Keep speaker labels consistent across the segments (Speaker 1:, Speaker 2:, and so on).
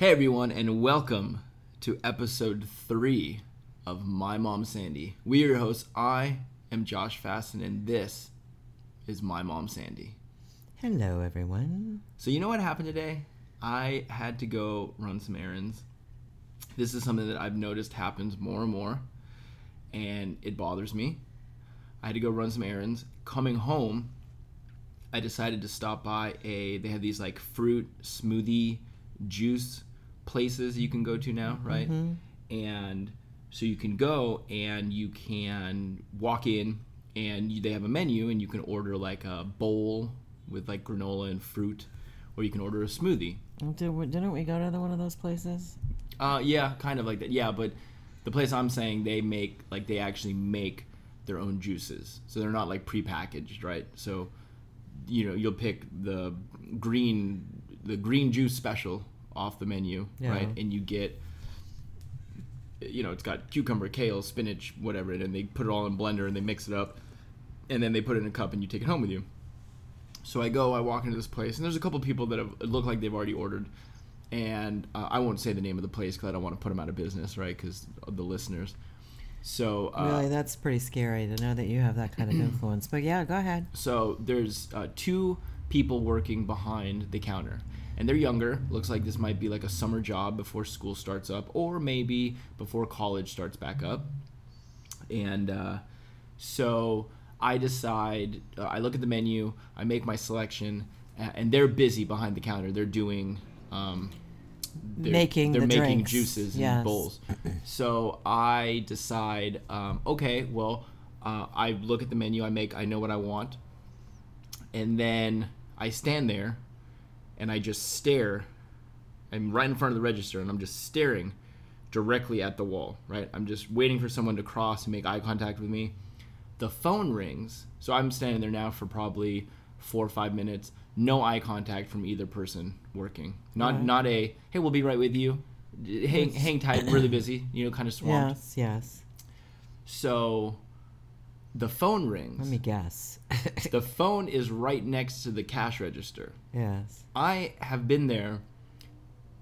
Speaker 1: everyone, and welcome to episode three of My Mom Sandy. We are your hosts. I am Josh Fasten, and this is My Mom Sandy.
Speaker 2: Hello, everyone.
Speaker 1: So, you know what happened today? I had to go run some errands. This is something that I've noticed happens more and more, and it bothers me. I had to go run some errands. Coming home, I decided to stop by a. They have these like fruit smoothie juice places you can go to now, right? And so you can go and you can walk in and you, they have a menu and you can order like a bowl with like granola and fruit, or you can order a smoothie.
Speaker 2: Did, we- didn't we go to the, one of those places?
Speaker 1: Uh, yeah, kind of like that. Yeah, but the place I'm saying they make like they actually make their own juices, so they're not like prepackaged, right? So you know you'll pick the green the green juice special off the menu,
Speaker 2: Yeah.
Speaker 1: right? And you get you know it's got cucumber, kale, spinach, whatever, in it, and they put it all in a blender and they mix it up, and then they put it in a cup and you take it home with you. So I go, I walk into this place, and there's a couple people that have, look like they've already ordered, and uh, I won't say the name of the place because I don't want to put them out of business, right? Because of the listeners. So uh,
Speaker 2: really, that's pretty scary to know that you have that kind of influence. But yeah, go ahead.
Speaker 1: so there's uh, two people working behind the counter and they're younger looks like this might be like a summer job before school starts up or maybe before college starts back up and uh, so i decide uh, i look at the menu i make my selection a- and they're busy behind the counter they're doing um, they're,
Speaker 2: Making
Speaker 1: they're
Speaker 2: the
Speaker 1: making
Speaker 2: drinks.
Speaker 1: juices and
Speaker 2: Yes.
Speaker 1: bowls so I decide, um, okay, well, uh, I look at the menu, I make, I know what I want, and then I stand there, and I just stare. I'm right in front of the register, and I'm just staring directly at the wall. Right, I'm just waiting for someone to cross and make eye contact with me. The phone rings, so I'm standing there now for probably four or five minutes. No eye contact from either person working. Not
Speaker 2: Right.
Speaker 1: not a hey, we'll be right with you. Hang hang tight, really busy. You know, kind of swamped.
Speaker 2: Yes, yes.
Speaker 1: So the phone rings.
Speaker 2: Let me guess.
Speaker 1: The phone is right next to the cash register.
Speaker 2: yes,
Speaker 1: I have been there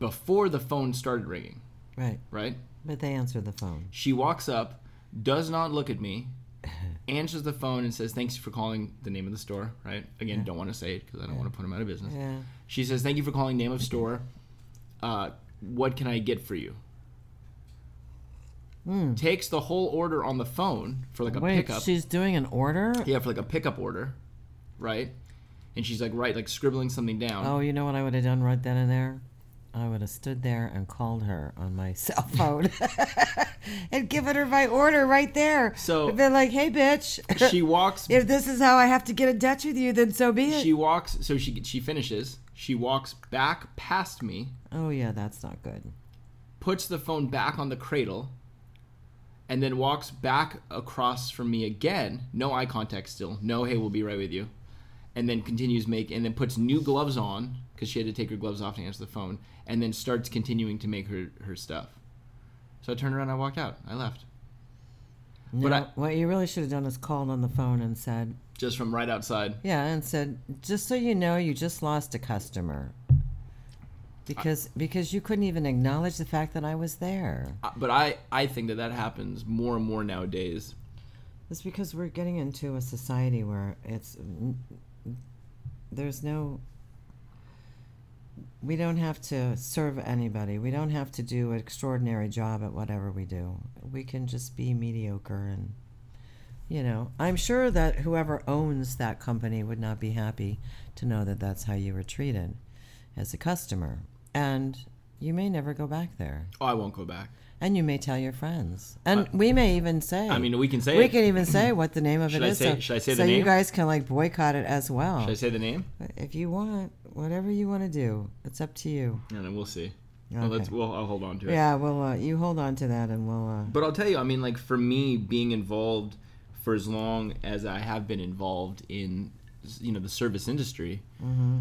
Speaker 1: before the phone started ringing,
Speaker 2: right.
Speaker 1: right?
Speaker 2: But they answered the phone.
Speaker 1: She walks up, does not look at me, answers the phone and says, Thanks for calling the name of the store, right? Again, don't want to say it because I don't want to put them out of business.
Speaker 2: Yeah.
Speaker 1: She says, Thank you for calling name of store. Uh, what can I get for you? Takes the whole order on the phone for like a
Speaker 2: Hmm. Wait,
Speaker 1: pickup.
Speaker 2: she's doing an order?
Speaker 1: Yeah, for like a pickup order, right? And she's like, right, like scribbling something down.
Speaker 2: Oh, you know what I would have done right then and there? I would have stood there and called her on my cell phone and given her my order right there.
Speaker 1: So-
Speaker 2: I'd been like, hey, bitch.
Speaker 1: She walks.
Speaker 2: if this is how I have to get in touch with you, then so be it.
Speaker 1: she walks. So she she finishes. She walks back past me,
Speaker 2: oh, yeah, that's not good.
Speaker 1: puts the phone back on the cradle, and then walks back across from me again. No eye contact still. No, hey, we'll be right with you. And then continues make and then puts new gloves on because she had to take her gloves off to answer the phone. And then starts continuing to make her her stuff. So I turned around. I walked out. I left.
Speaker 2: No,
Speaker 1: But I-
Speaker 2: what you really should have done is called on the phone and said,
Speaker 1: Just from right outside.
Speaker 2: yeah, and said, just so you know, you just lost a customer. Because because you couldn't even acknowledge the fact that I was there.
Speaker 1: Uh, but I, I think that that happens more and more nowadays.
Speaker 2: It's because we're getting into a society where it's there's no we don't have to serve anybody. We don't have to do an extraordinary job at whatever we do. We can just be mediocre and you know, I'm sure that whoever owns that company would not be happy to know that that's how you were treated as a customer. And you may never go back there.
Speaker 1: Oh, I won't go back.
Speaker 2: And you may tell your friends. And we may even say
Speaker 1: I mean, we can say
Speaker 2: we
Speaker 1: it.
Speaker 2: can even say what the name of
Speaker 1: Should
Speaker 2: it
Speaker 1: I
Speaker 2: is.
Speaker 1: say-
Speaker 2: so,
Speaker 1: should I say
Speaker 2: so
Speaker 1: the
Speaker 2: you
Speaker 1: name?
Speaker 2: guys can like boycott it as well.
Speaker 1: Should I say the name?
Speaker 2: if you want, whatever you want to do, it's up to you.
Speaker 1: No, no, we'll see.
Speaker 2: Okay.
Speaker 1: Well, let's, well, I'll hold on to it.
Speaker 2: yeah, well, uh, you hold on to that, and we'll. Uh,
Speaker 1: But I'll tell you, I mean, like for me, being involved for as long as I have been involved in, you know, the service industry,
Speaker 2: Mm-hmm.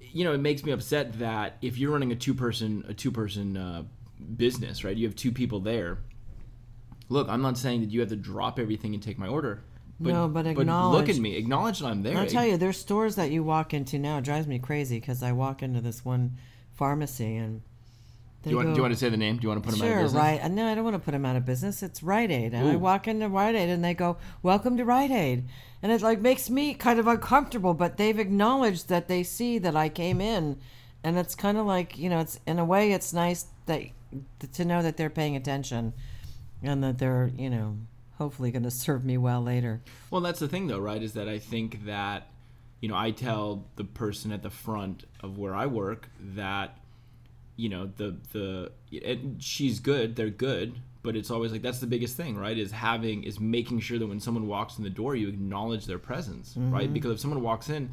Speaker 1: you know, it makes me upset that if you're running a two person a two person uh, business, right? You have two people there. Look, I'm not saying that you have to drop everything and take my order. But,
Speaker 2: No, but
Speaker 1: look
Speaker 2: acknowledge-
Speaker 1: at me. Acknowledge that I'm there.
Speaker 2: I'll tell you, there's stores that you walk into now. It drives me crazy because I walk into this one pharmacy and
Speaker 1: Do
Speaker 2: they
Speaker 1: you, want,
Speaker 2: go,
Speaker 1: do you want to say the name? Do you want to put him
Speaker 2: sure,
Speaker 1: out of business?
Speaker 2: right. No, I don't want to put them out of business. It's Rite Aid. And I
Speaker 1: Ooh.
Speaker 2: walk into Rite Aid and they go, Welcome to Rite Aid. And it like makes me kind of uncomfortable, but they've acknowledged that they see that I came in. And it's kind of like, you know, it's in a way, it's nice that to know that they're paying attention and that they're, you know, hopefully going to serve me well later.
Speaker 1: Well, that's the thing, though, right? Is that I think that, you know, I tell the person at the front of where I work that, you know, the the and she's good, they're good, but it's always like that's the biggest thing, right? Is having is making sure that when someone walks in the door, you acknowledge their presence, right? Because if someone walks in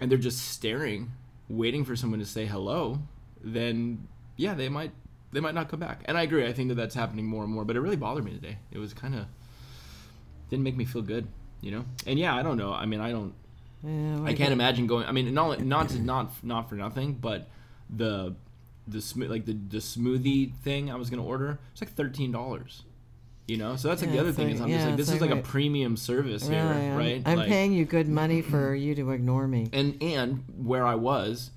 Speaker 1: and they're just staring, waiting for someone to say hello, then yeah, they might they might not come back. And I agree. I think that that's happening more and more. But it really bothered me today. It was kind of didn't make me feel good, you know. And yeah, I don't know. I mean, I don't.
Speaker 2: Yeah, what
Speaker 1: I
Speaker 2: do
Speaker 1: can't imagine going. I mean, not not to, not not for nothing, but the the smo- like the the smoothie thing I was gonna order it's like thirteen dollars. You know, so that's like
Speaker 2: Yeah,
Speaker 1: the other
Speaker 2: it's
Speaker 1: thing
Speaker 2: like-
Speaker 1: is I'm
Speaker 2: yeah,
Speaker 1: just like
Speaker 2: it's
Speaker 1: this is
Speaker 2: like,
Speaker 1: like a
Speaker 2: wait.
Speaker 1: premium service
Speaker 2: you-
Speaker 1: here,
Speaker 2: Really, I'm-
Speaker 1: right?
Speaker 2: I'm
Speaker 1: like,
Speaker 2: paying you good money for you to ignore me.
Speaker 1: and and where I was,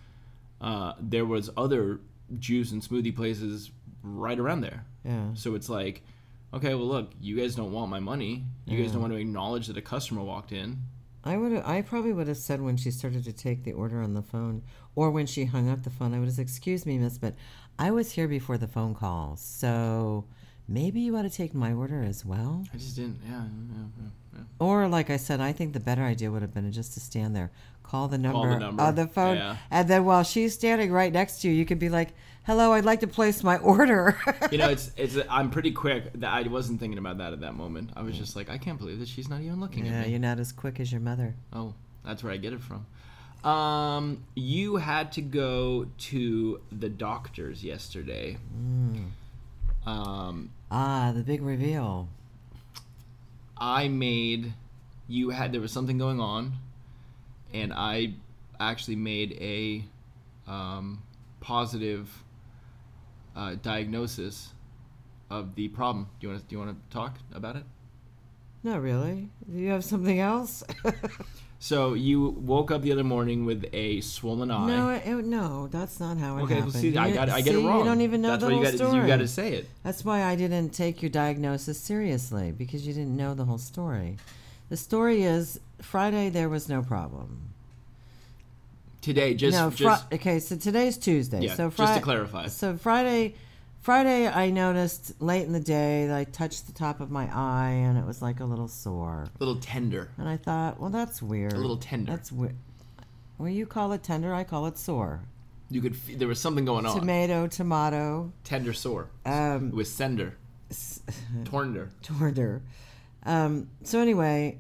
Speaker 1: uh, there was other juice and smoothie places right around there.
Speaker 2: Yeah.
Speaker 1: So it's like, okay, well look, you guys don't want my money. You guys don't want to acknowledge that a customer walked in.
Speaker 2: I would. I probably would have said when she started to take the order on the phone, or when she hung up the phone. I would have said, "Excuse me, miss, but I was here before the phone call, so maybe you ought to take my order as well."
Speaker 1: I just didn't. Yeah. yeah, yeah, yeah.
Speaker 2: Or, like I said, I think the better idea would have been just to stand there, call the number,
Speaker 1: Call the number,
Speaker 2: of the phone,
Speaker 1: yeah.
Speaker 2: and then while she's standing right next to you, you could be like, "Hello, I'd like to place my order."
Speaker 1: You know, it's it's. I'm pretty quick. That I wasn't thinking about that at that moment. I was just like, I can't believe that she's not even looking
Speaker 2: yeah,
Speaker 1: at me.
Speaker 2: you're not as quick as your mother.
Speaker 1: Oh, that's where I get it from. Um, you had to go to the doctor's yesterday. Mm. Um,
Speaker 2: Ah, the big reveal.
Speaker 1: I made. You had there was something going on, and I actually made a um, positive uh, diagnosis of the problem. Do you want to do you want to talk about it?
Speaker 2: Not really. Do you have something else?
Speaker 1: So you woke up the other morning with a swollen eye.
Speaker 2: No, it, it- no, that's not how it
Speaker 1: okay, well,
Speaker 2: happened.
Speaker 1: see, I
Speaker 2: You-
Speaker 1: got I get it
Speaker 2: see,
Speaker 1: wrong.
Speaker 2: You don't even know
Speaker 1: That's
Speaker 2: the
Speaker 1: why
Speaker 2: whole
Speaker 1: you gotta,
Speaker 2: story.
Speaker 1: You got to say it.
Speaker 2: That's why I didn't take your diagnosis seriously because you didn't know the whole story. The story is Friday there was no problem.
Speaker 1: Today, just
Speaker 2: no, fri-
Speaker 1: just
Speaker 2: okay. So today's Tuesday.
Speaker 1: yeah,
Speaker 2: so
Speaker 1: just
Speaker 2: Fri-
Speaker 1: to clarify.
Speaker 2: So Friday, Friday I noticed late in the day that I touched the top of my eye and it was like a little sore.
Speaker 1: Little tender.
Speaker 2: And I thought, well, that's weird.
Speaker 1: A little tender.
Speaker 2: That's weird. Well, you call it tender, I call it sore.
Speaker 1: You could f- there was something going on.
Speaker 2: Tomato, tomato.
Speaker 1: Tender sore.
Speaker 2: Um,
Speaker 1: It was sender.
Speaker 2: uh,
Speaker 1: Tornder.
Speaker 2: toward her. Um, so anyway,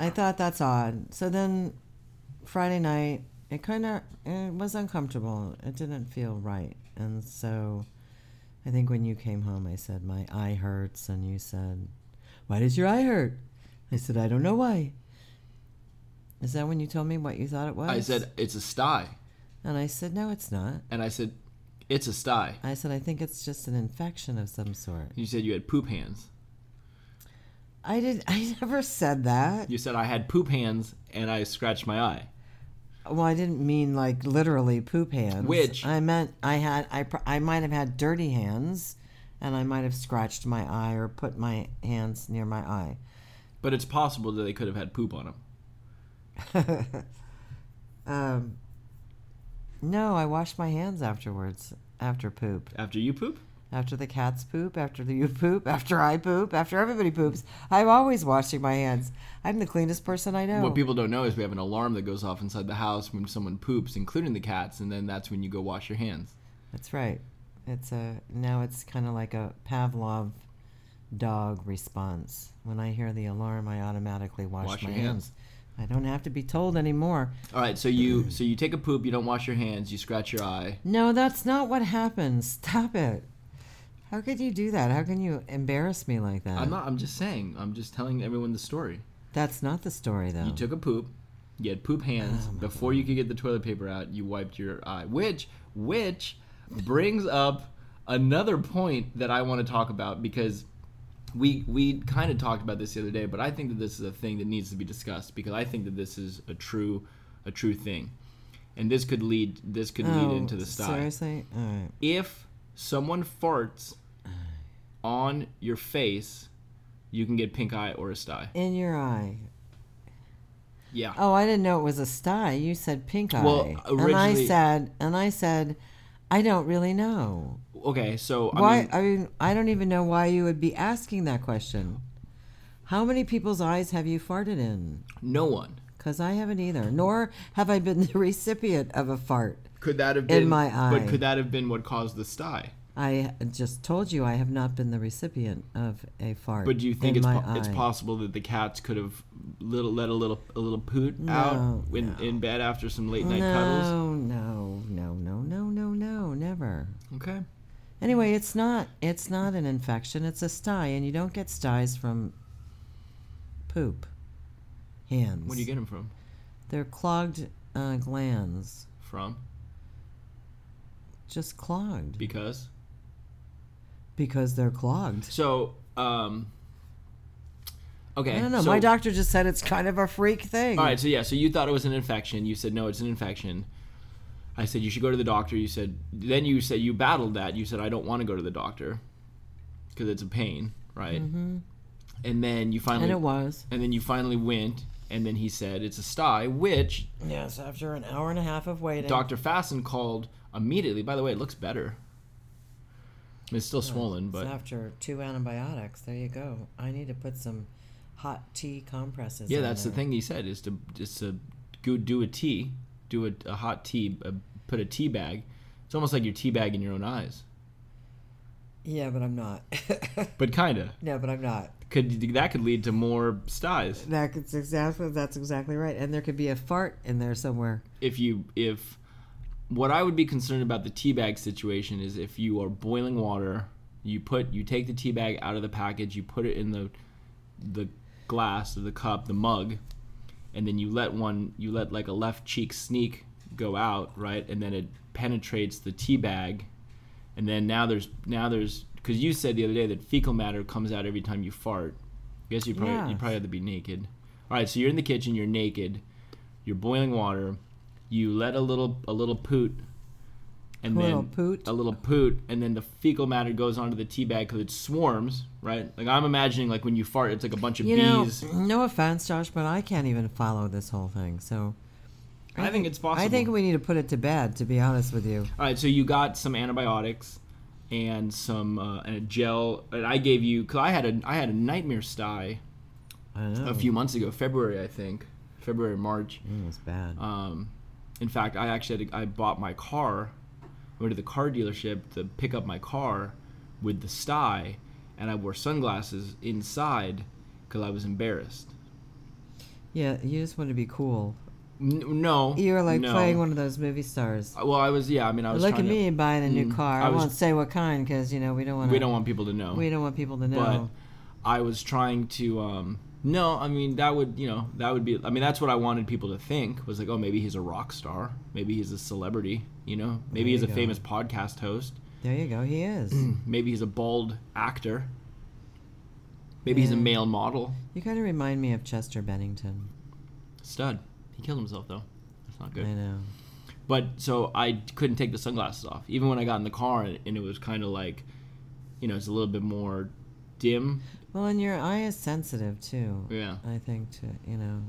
Speaker 2: I thought that's odd. So then Friday night, it kind of it was uncomfortable. It didn't feel right, and so I think when you came home, I said my eye hurts, and you said, "Why does your eye hurt?" I said, "I don't know why." Is that when you told me what you thought it was?
Speaker 1: I said it's a sty,
Speaker 2: and I said, "No, it's not."
Speaker 1: and I said it's a sty.
Speaker 2: I said, "I think it's just an infection of some sort."
Speaker 1: You said you had poop hands.
Speaker 2: I did. I never said that.
Speaker 1: You said I had poop hands, and I scratched my eye.
Speaker 2: Well, I didn't mean like literally poop hands.
Speaker 1: Which-
Speaker 2: I meant I had I pr- I might have had dirty hands, and I might have scratched my eye or put my hands near my eye.
Speaker 1: But it's possible that they could have had poop on them.
Speaker 2: Um, no, I washed my hands afterwards. After poop,
Speaker 1: After you poop,
Speaker 2: after the cats poop, after the you poop, after I poop, after everybody poops, I'm always washing my hands. I'm the cleanest person I know.
Speaker 1: What people don't know is we have an alarm that goes off inside the house when someone poops, including the cats, and then that's when you go wash your hands.
Speaker 2: That's right. It's a now it's kind of like a Pavlov dog response. When I hear the alarm, I automatically wash,
Speaker 1: Wash
Speaker 2: my
Speaker 1: your hands.
Speaker 2: hands. I don't have to be told anymore.
Speaker 1: All right, so you so you take a poop, you don't wash your hands, you scratch your eye.
Speaker 2: No, that's not what happens. Stop it. How could you do that? How can you embarrass me like that?
Speaker 1: I'm not. I'm just saying. I'm just telling everyone the story.
Speaker 2: that's not the story though.
Speaker 1: You took a poop, you had poop hands.
Speaker 2: Oh
Speaker 1: Before you could get the toilet paper out, you wiped your eye, which which brings up another point that I want to talk about because we we kind of talked about this the other day, but I think that this is a thing that needs to be discussed because I think that this is a true a true thing. and this could lead this could
Speaker 2: oh,
Speaker 1: lead into the sty.
Speaker 2: Seriously? All right.
Speaker 1: If someone farts on your face, you can get pink eye or a sty.
Speaker 2: In your eye.
Speaker 1: Yeah.
Speaker 2: Oh, I didn't know it was a sty. You said pink eye.
Speaker 1: Well,
Speaker 2: and I
Speaker 1: originally-
Speaker 2: said and I said I don't really know.
Speaker 1: Okay, so I
Speaker 2: why
Speaker 1: mean,
Speaker 2: I mean I don't even know why you would be asking that question. How many people's eyes have you farted in?
Speaker 1: no one
Speaker 2: Cuz I haven't either. Nor have I been the recipient of a fart.
Speaker 1: could that have
Speaker 2: In
Speaker 1: been
Speaker 2: my eye.
Speaker 1: But could that have been what caused the sty?
Speaker 2: I just told you I have not been the recipient of a fart.
Speaker 1: But do you think
Speaker 2: in
Speaker 1: it's
Speaker 2: my
Speaker 1: po- it's
Speaker 2: eye.
Speaker 1: possible that the cats could have little let a little a little poot out in, in bed after some late night cuddles?
Speaker 2: No, no, no, no, no, no, no, never.
Speaker 1: Okay.
Speaker 2: Anyway, it's not it's not an infection. It's a sty, and you don't get styes from poop, hands.
Speaker 1: Where do you get them from?
Speaker 2: They're clogged uh, glands,
Speaker 1: From
Speaker 2: just clogged
Speaker 1: because
Speaker 2: because they're clogged.
Speaker 1: so um. Okay.
Speaker 2: I don't know.
Speaker 1: so-
Speaker 2: My doctor just said it's kind of a freak thing.
Speaker 1: All right, so yeah, so you thought it was an infection. You said no, it's an infection. I said you should go to the doctor. You said then you said you battled that. You said I don't want to go to the doctor because it's a pain, right? Mm-hmm. And then you finally
Speaker 2: and it was.
Speaker 1: and then you finally went, and then he said it's a sty, which
Speaker 2: Yes, after an hour and a half of waiting.
Speaker 1: Doctor Fasten called immediately. By the way, it looks better. I mean, it's still swollen,
Speaker 2: It's
Speaker 1: but
Speaker 2: after two antibiotics. There you go. I need to put some hot tea compresses.
Speaker 1: yeah,
Speaker 2: on
Speaker 1: that's the
Speaker 2: there.
Speaker 1: thing he said is to is to go do a tea, do a, a hot tea, uh put a tea bag. It's almost like you're tea bagging your own eyes,
Speaker 2: Yeah, but I'm not.
Speaker 1: but kinda
Speaker 2: no, but I'm not.
Speaker 1: could that could lead to more styes
Speaker 2: That could- That's exactly that's exactly right. And there could be a fart in there somewhere.
Speaker 1: if you if what I would be concerned about the tea bag situation is if you are boiling water, you put you take the tea bag out of the package, you put it in the the glass or the cup, the mug, and then you let one you let like a left cheek sneak go out, right? And then it penetrates the tea bag. And then now there's now there's cuz you said the other day that fecal matter comes out every time you fart. I guess you probably you
Speaker 2: Yes.
Speaker 1: probably have to be naked. All right, so you're in the kitchen, you're naked, you're boiling water, you let a little a little poot and
Speaker 2: A
Speaker 1: then
Speaker 2: little poot.
Speaker 1: a little poot and then the fecal matter goes onto the tea bag because it swarms right like i'm imagining like when you fart it's like a bunch of
Speaker 2: You
Speaker 1: bees
Speaker 2: know, no offense, Josh, but I can't even follow this whole thing. So
Speaker 1: i think it's possible
Speaker 2: I think we need to put it to bed. To be honest with you,
Speaker 1: all right so you got some antibiotics and some uh, and a gel and i gave you because i had a i had a nightmare sty
Speaker 2: I don't know.
Speaker 1: a few months ago february i think february march
Speaker 2: Mm, it's bad.
Speaker 1: Um, in fact, I actually had to, I bought my car, I went to the car dealership to pick up my car with the sty, and I wore sunglasses inside because I was embarrassed.
Speaker 2: yeah, you just want to be cool.
Speaker 1: N- no,
Speaker 2: You were like
Speaker 1: no.
Speaker 2: playing one of those movie stars.
Speaker 1: Well, I was yeah. I mean, I was
Speaker 2: Look at
Speaker 1: trying to-
Speaker 2: me buying a new
Speaker 1: Mm,
Speaker 2: car.
Speaker 1: I
Speaker 2: I,
Speaker 1: was-
Speaker 2: won't say what kind because you know we don't want
Speaker 1: we don't want people to know,
Speaker 2: we don't want people to
Speaker 1: but
Speaker 2: know.
Speaker 1: I was trying to. Um, no, I mean that would you know that would be. I mean that's what I wanted people to think was like, oh, maybe he's a rock star, maybe he's a celebrity, you know, maybe
Speaker 2: There
Speaker 1: he's
Speaker 2: you
Speaker 1: a
Speaker 2: go.
Speaker 1: famous podcast host.
Speaker 2: there you go. He is.
Speaker 1: Maybe he's a bald actor. Maybe he's a
Speaker 2: Yeah.
Speaker 1: male model.
Speaker 2: you kind of remind me of Chester Bennington.
Speaker 1: Stud. He killed himself though. That's not
Speaker 2: I
Speaker 1: good.
Speaker 2: know.
Speaker 1: But so I couldn't take the sunglasses off, even when I got in the car, and, and it was kind of like, you know, it's a little bit more dim.
Speaker 2: Well, and your eye is sensitive too.
Speaker 1: Yeah.
Speaker 2: I think to you know.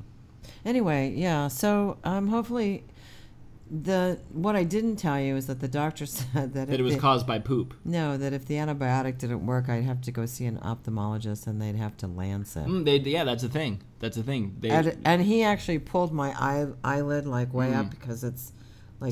Speaker 2: Anyway, yeah. So um, hopefully, the what I didn't tell you is that the doctor said that,
Speaker 1: That
Speaker 2: if
Speaker 1: it was
Speaker 2: the,
Speaker 1: caused by poop.
Speaker 2: no, that if the antibiotic didn't work, I'd have to go see an ophthalmologist, and they'd have to lance it.
Speaker 1: Mm, they, yeah, that's a thing. That's a thing. They,
Speaker 2: And, and he actually pulled my eye, eyelid like way up because it's like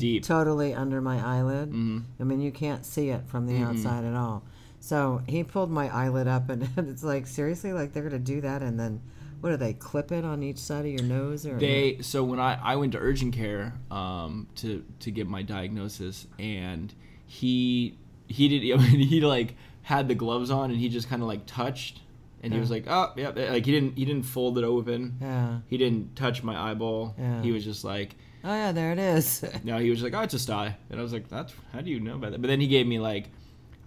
Speaker 1: Mm. Deep. Mm-hmm.
Speaker 2: totally under my eyelid. I mean, you can't see it from the outside at all. So he pulled my eyelid up, and, it's like seriously, like they're gonna do that, and then what do they clip it on each side of your nose or?
Speaker 1: They so when I, I went to urgent care um, to to get my diagnosis and he he did I mean, he like had the gloves on and he just kind of like touched and he was like oh yeah like he didn't he didn't fold it open
Speaker 2: Yeah.
Speaker 1: he didn't touch my eyeball
Speaker 2: Yeah.
Speaker 1: he was just like
Speaker 2: Oh yeah, there it is.
Speaker 1: no he was like oh it's a sty and I was like that's how do you know about that but then he gave me like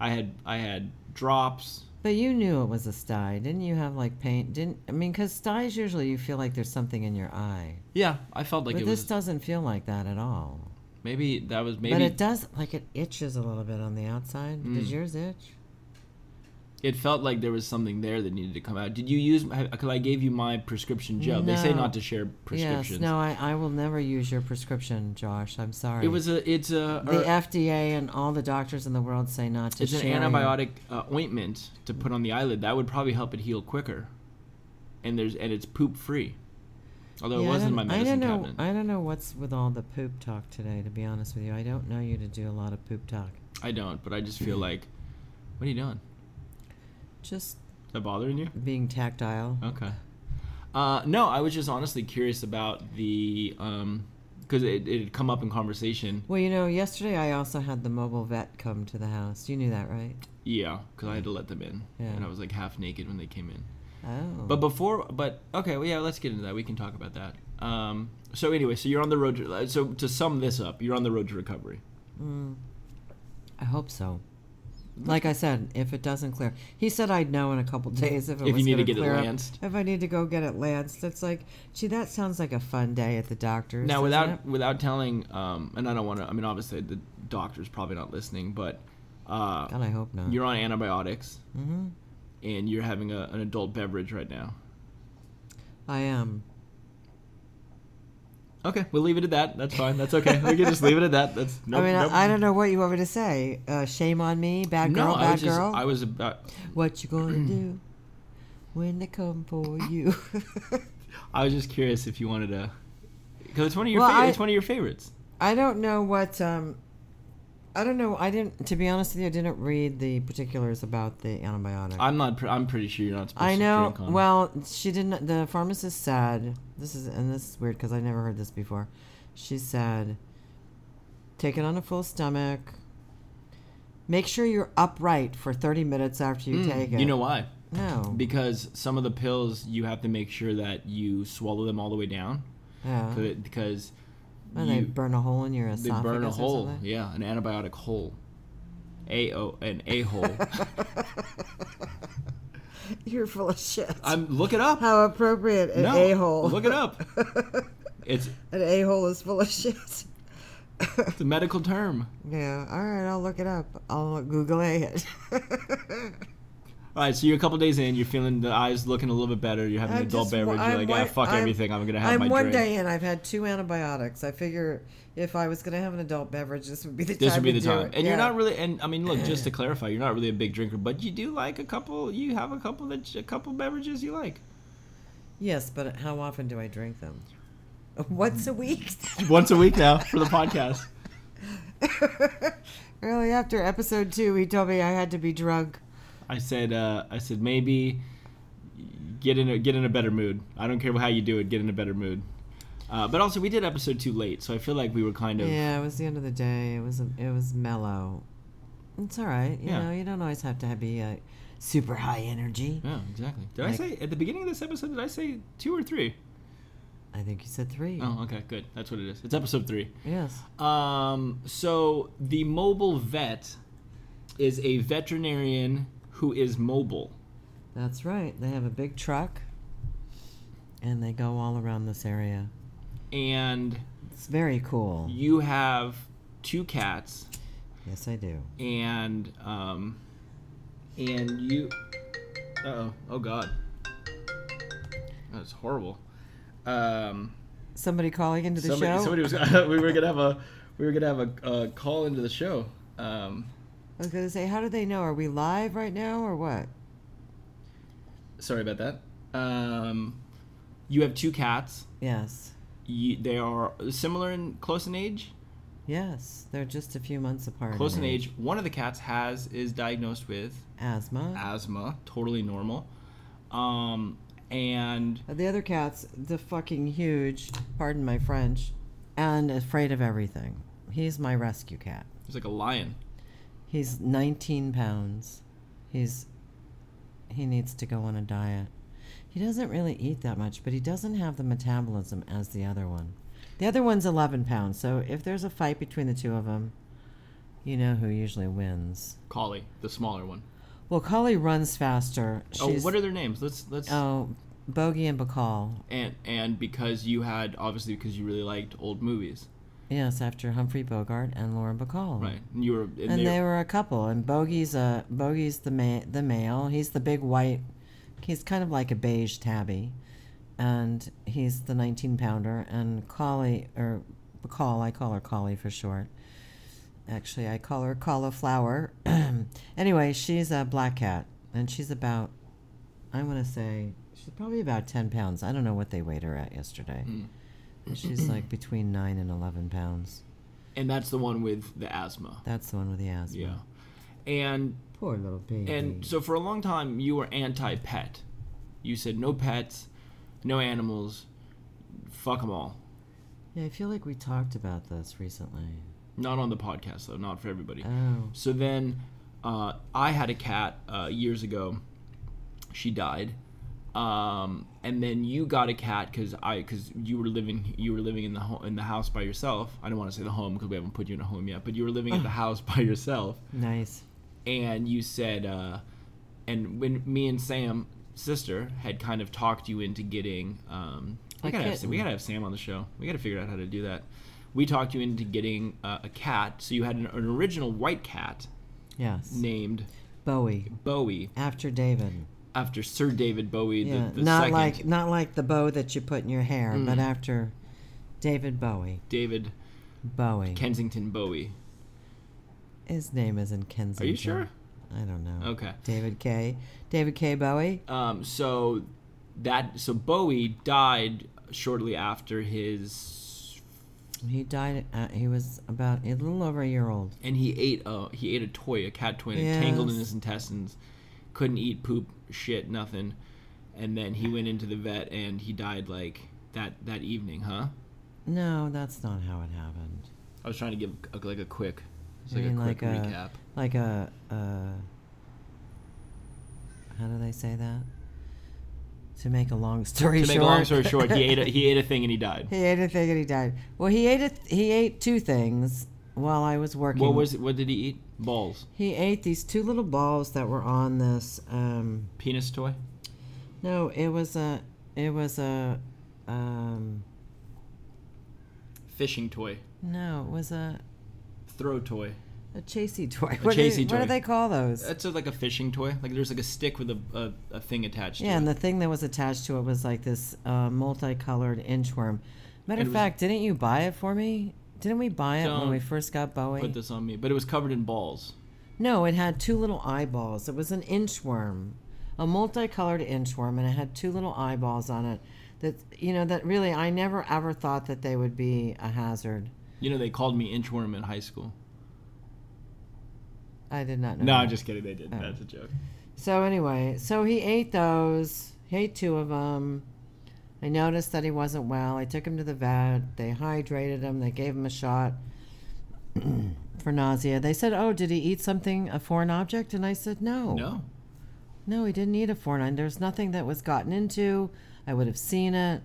Speaker 1: I had I had drops
Speaker 2: but you knew it was a sty, didn't you? Have like paint? Didn't I mean? Because styes usually you feel like there's something in your eye,
Speaker 1: yeah I felt like
Speaker 2: but
Speaker 1: it
Speaker 2: this
Speaker 1: was
Speaker 2: doesn't feel like that at all.
Speaker 1: Maybe that was maybe Hmm.
Speaker 2: But it does, like, it itches a little bit on the outside. Does yours itch?
Speaker 1: it felt like there was something there that needed to come out. Did you use? Because I gave you my prescription gel. They say
Speaker 2: No.
Speaker 1: not to share prescriptions.
Speaker 2: Yes. No, I, I will never use your prescription, Josh. I'm sorry.
Speaker 1: It was a. It's a.
Speaker 2: the
Speaker 1: or-
Speaker 2: FDA and all the doctors in the world say not to.
Speaker 1: it's an
Speaker 2: share your-
Speaker 1: antibiotic uh, ointment to put on the eyelid. That would probably help it heal quicker. And there's and it's poop free. Although
Speaker 2: Yeah,
Speaker 1: it
Speaker 2: I
Speaker 1: was in
Speaker 2: don't-
Speaker 1: my medicine
Speaker 2: I don't know.
Speaker 1: cabinet.
Speaker 2: I don't know what's with all the poop talk today. To be honest with you, I don't know you to do a lot of poop talk.
Speaker 1: I don't, but I just
Speaker 2: Mm-hmm.
Speaker 1: feel like, what are you doing?
Speaker 2: Just
Speaker 1: Is that bothering you?
Speaker 2: being tactile.
Speaker 1: Okay. Uh, no, I was just honestly curious about the um, because it it had come up in conversation.
Speaker 2: Well, you know, yesterday I also had the mobile vet come to the house. You knew that, right?
Speaker 1: Yeah, because I had to let them in,
Speaker 2: Yeah.
Speaker 1: and I was like half naked when they came in.
Speaker 2: Oh.
Speaker 1: But before, but okay, well, yeah, let's get into that. We can talk about that. Um, so anyway, so you're on the road. To, uh, so to sum this up, you're on the road to recovery.
Speaker 2: I hope so. Like I said, if it doesn't clear, he said I'd know in a couple days if it
Speaker 1: If you
Speaker 2: was
Speaker 1: need to
Speaker 2: gonna
Speaker 1: get it
Speaker 2: clear up.
Speaker 1: lanced.
Speaker 2: If I need to go get it lanced, it's like, gee, that sounds like a fun day at the doctor's.
Speaker 1: Now,
Speaker 2: doesn't
Speaker 1: without
Speaker 2: it?
Speaker 1: without telling, um, and I don't want to. I mean, obviously, the doctor's probably not listening, but uh,
Speaker 2: God, I hope not. Mm-hmm.
Speaker 1: you're on antibiotics, and you're having a, an adult beverage right now.
Speaker 2: I am.
Speaker 1: Okay, we'll leave it at that. That's fine. That's okay. we can just leave it at that. That's no.
Speaker 2: I mean,
Speaker 1: no-
Speaker 2: I, I don't know what you want me to say. Uh, shame on me, bad
Speaker 1: No,
Speaker 2: girl,
Speaker 1: I
Speaker 2: bad
Speaker 1: was just.
Speaker 2: girl.
Speaker 1: I was about.
Speaker 2: what you gonna do when they come for you?
Speaker 1: I was just curious if you wanted to, because it's one of your.
Speaker 2: Well,
Speaker 1: fav-
Speaker 2: I-
Speaker 1: it's one of your favorites.
Speaker 2: I don't know what. Um, I don't know. I didn't. To be honest with you, I didn't read the particulars about the antibiotic.
Speaker 1: I'm not. Pr- I'm pretty sure you're not supposed
Speaker 2: I know.
Speaker 1: to drink on.
Speaker 2: Well, she didn't. The pharmacist said this is, and this is weird because I never heard this before. She said, take it on a full stomach. Make sure you're upright for 30 minutes after you take
Speaker 1: Mm,
Speaker 2: it.
Speaker 1: Hmm, you know why?
Speaker 2: No.
Speaker 1: Because some of the pills you have to make sure that you swallow them all the way down,
Speaker 2: yeah.
Speaker 1: 'cause it- because
Speaker 2: And they
Speaker 1: you-
Speaker 2: burn a hole in your
Speaker 1: they
Speaker 2: esophagus.
Speaker 1: burn a
Speaker 2: or
Speaker 1: hole.
Speaker 2: something?
Speaker 1: Yeah, an antibiotic hole. A o an a hole.
Speaker 2: You're full of shit.
Speaker 1: I'm look it up.
Speaker 2: How appropriate an
Speaker 1: no,
Speaker 2: a hole.
Speaker 1: Look it up. It's
Speaker 2: An a hole is full of shit.
Speaker 1: it's a medical term.
Speaker 2: yeah. All right. I'll look it up. I'll Google it.
Speaker 1: All right, so you're a couple days in. You're feeling the eyes looking a little bit better. You're having an
Speaker 2: I'm
Speaker 1: adult
Speaker 2: just-
Speaker 1: beverage.
Speaker 2: I'm
Speaker 1: you're like, yeah,
Speaker 2: one-
Speaker 1: fuck
Speaker 2: I'm-
Speaker 1: everything. I'm gonna have
Speaker 2: I'm
Speaker 1: my
Speaker 2: one
Speaker 1: drink.
Speaker 2: day in. I've had two antibiotics. I figure if I was going to have an adult beverage, this would be the
Speaker 1: this
Speaker 2: time.
Speaker 1: would be
Speaker 2: to
Speaker 1: the
Speaker 2: do
Speaker 1: time.
Speaker 2: it.
Speaker 1: And you're
Speaker 2: Yeah.
Speaker 1: not really. And I mean, look, just to clarify, you're not really a big drinker, but you do like a couple. You have a couple that a couple beverages you like.
Speaker 2: Yes, but how often do I drink them? Once a week.
Speaker 1: Once a week now for the podcast.
Speaker 2: Early after episode two, he told me I had to be drunk.
Speaker 1: I said, uh, I said maybe get in a, get in a better mood. I don't care how you do it. Get in a better mood. Uh, but also, we did episode too late, so I feel like we were kind of.
Speaker 2: Yeah, it was the end of the day. It was it was mellow. It's all right. You
Speaker 1: Yeah.
Speaker 2: know, you don't always have to have, be uh, super high energy.
Speaker 1: Yeah, exactly. Did I
Speaker 2: Like-
Speaker 1: say at the beginning of this episode? Did I say two or three?
Speaker 2: I think you said three.
Speaker 1: Oh, okay, good. That's what it is. It's episode three.
Speaker 2: Yes.
Speaker 1: Um, so the mobile vet is a veterinarian who is mobile.
Speaker 2: That's right. They have a big truck and they go all around this area.
Speaker 1: And
Speaker 2: It's very cool.
Speaker 1: you have two cats
Speaker 2: Yes, I do.
Speaker 1: and um and you uh oh, oh god. That's horrible. Um
Speaker 2: Somebody calling into the
Speaker 1: somebody,
Speaker 2: show?
Speaker 1: somebody was we were gonna have a we were gonna have a, a call into the show. Um
Speaker 2: I was going to say, how do they know? Are we live right now or what?
Speaker 1: sorry about that. Um you have two cats.
Speaker 2: Yes.
Speaker 1: you, they are similar and close in age.
Speaker 2: Yes. They're just a few months apart.
Speaker 1: Close in age. One of the cats has is diagnosed with
Speaker 2: Asthma.
Speaker 1: asthma, totally normal. Um, and
Speaker 2: The other cat's the fucking huge, pardon my French, and afraid of everything. He's my rescue cat.
Speaker 1: he's like a lion.
Speaker 2: He's 19 pounds. He's he needs to go on a diet. He doesn't really eat that much, but he doesn't have the metabolism as the other one. The other one's 11 pounds, so if there's a fight between the two of them, you know who usually wins.
Speaker 1: Collie, the smaller one.
Speaker 2: Well, Collie runs faster.
Speaker 1: Oh,
Speaker 2: She's,
Speaker 1: what are their names? Let's let's
Speaker 2: oh, Bogey and Bacall.
Speaker 1: and and because you had obviously because you really liked old movies.
Speaker 2: Yes, after Humphrey Bogart and Lauren Bacall.
Speaker 1: Right. And you were
Speaker 2: Mm. And they were a couple, and Bogey's a Bogey's the ma- the male. He's the big white. He's kind of like a beige tabby, and he's the 19 pounder. And Collie or Bacall, I call her Collie for short. Actually, I call her cauliflower. anyway, she's a black cat, and she's about I want to say she's probably about 10 pounds. I don't know what they weighed her at yesterday.
Speaker 1: Hmm.
Speaker 2: She's like between 9 and 11 pounds.
Speaker 1: and that's the one with the asthma.
Speaker 2: That's the one with the asthma.
Speaker 1: Yeah. And
Speaker 2: Poor little baby.
Speaker 1: and so for a long time you were anti-pet. You said no pets, no animals, fuck them all.
Speaker 2: yeah, I feel like we talked about this recently.
Speaker 1: Not on the podcast though, not for everybody.
Speaker 2: Oh.
Speaker 1: So then, uh, I had a cat uh, years ago. She died, um, and then you got a cat because I because you were living you were living in the ho- in the house by yourself. I don't want to say the home because we haven't put you in a home yet, but you were living at the house by yourself,
Speaker 2: Nice.
Speaker 1: and you said, uh, and when me and Sam sister had kind of talked you into getting um, we
Speaker 2: A
Speaker 1: gotta have,
Speaker 2: kitten.
Speaker 1: we gotta have Sam on the show. We gotta figure out how to do that. We talked you into getting uh, a cat, so you had an, an original white cat
Speaker 2: Yes.
Speaker 1: named
Speaker 2: Bowie.
Speaker 1: Bowie
Speaker 2: After David.
Speaker 1: after Sir David Bowie
Speaker 2: Yeah.
Speaker 1: the, the
Speaker 2: not
Speaker 1: second Mm.
Speaker 2: like not like the bow that you put in your hair, but after David Bowie.
Speaker 1: David
Speaker 2: Bowie.
Speaker 1: Kensington Bowie.
Speaker 2: His name isn't Kensington.
Speaker 1: Are you sure?
Speaker 2: I don't know.
Speaker 1: Okay.
Speaker 2: David K. David K. Bowie.
Speaker 1: Um, so that so Bowie died shortly after his
Speaker 2: He died. At, he was about a little over a year old.
Speaker 1: and he ate a he ate a toy, a cat toy, and it tangled in
Speaker 2: Yes.
Speaker 1: his intestines. Couldn't eat poop, shit, nothing. And then he went into the vet and he died like that that evening, huh?
Speaker 2: No, that's not how it happened.
Speaker 1: I was trying to give a, like a quick it's
Speaker 2: You
Speaker 1: like a
Speaker 2: mean
Speaker 1: quick
Speaker 2: like uh, a-
Speaker 1: recap.
Speaker 2: Like a, a how do they say that? To make a long story
Speaker 1: To
Speaker 2: short.
Speaker 1: make a long story short, he ate a, he ate a thing and he died.
Speaker 2: he ate a thing and he died. Well, he ate a th- he ate two things while I was working.
Speaker 1: What was what did he eat? Balls.
Speaker 2: He ate these two little balls that were on this. Um,
Speaker 1: Penis toy?
Speaker 2: No, it was a it was a um
Speaker 1: Fishing toy.
Speaker 2: no, it was a
Speaker 1: Throw toy.
Speaker 2: a chasey toy. What,
Speaker 1: chasey
Speaker 2: do, what
Speaker 1: toy.
Speaker 2: do they call those?
Speaker 1: That's a, like a fishing toy. Like there's like a stick with a, a, a thing attached
Speaker 2: yeah,
Speaker 1: to
Speaker 2: and
Speaker 1: it.
Speaker 2: the thing that was attached to it was like this uh, multicolored inchworm. Matter
Speaker 1: It
Speaker 2: of
Speaker 1: was-
Speaker 2: fact, didn't you buy it for me? Didn't we buy it when we
Speaker 1: Don't
Speaker 2: first got Bowie?
Speaker 1: Put this on me. But it was covered in balls.
Speaker 2: No, it had two little eyeballs. It was an inchworm, a multicolored inchworm, and it had two little eyeballs on it. That you know, that really, I never ever thought that they would be a hazard.
Speaker 1: You know, they called me inchworm in high school.
Speaker 2: I did not know.
Speaker 1: No,
Speaker 2: that.
Speaker 1: I'm just kidding. They didn't. That's a joke.
Speaker 2: So anyway, so he ate those. He ate two of them. I noticed that he wasn't well. I took him to the vet. They hydrated him. They gave him a shot for nausea. They said, "Oh, did he eat something a foreign object?" And I said, "No,
Speaker 1: No.
Speaker 2: no, he didn't eat a foreign. object. There's nothing that was gotten into. I would have seen it."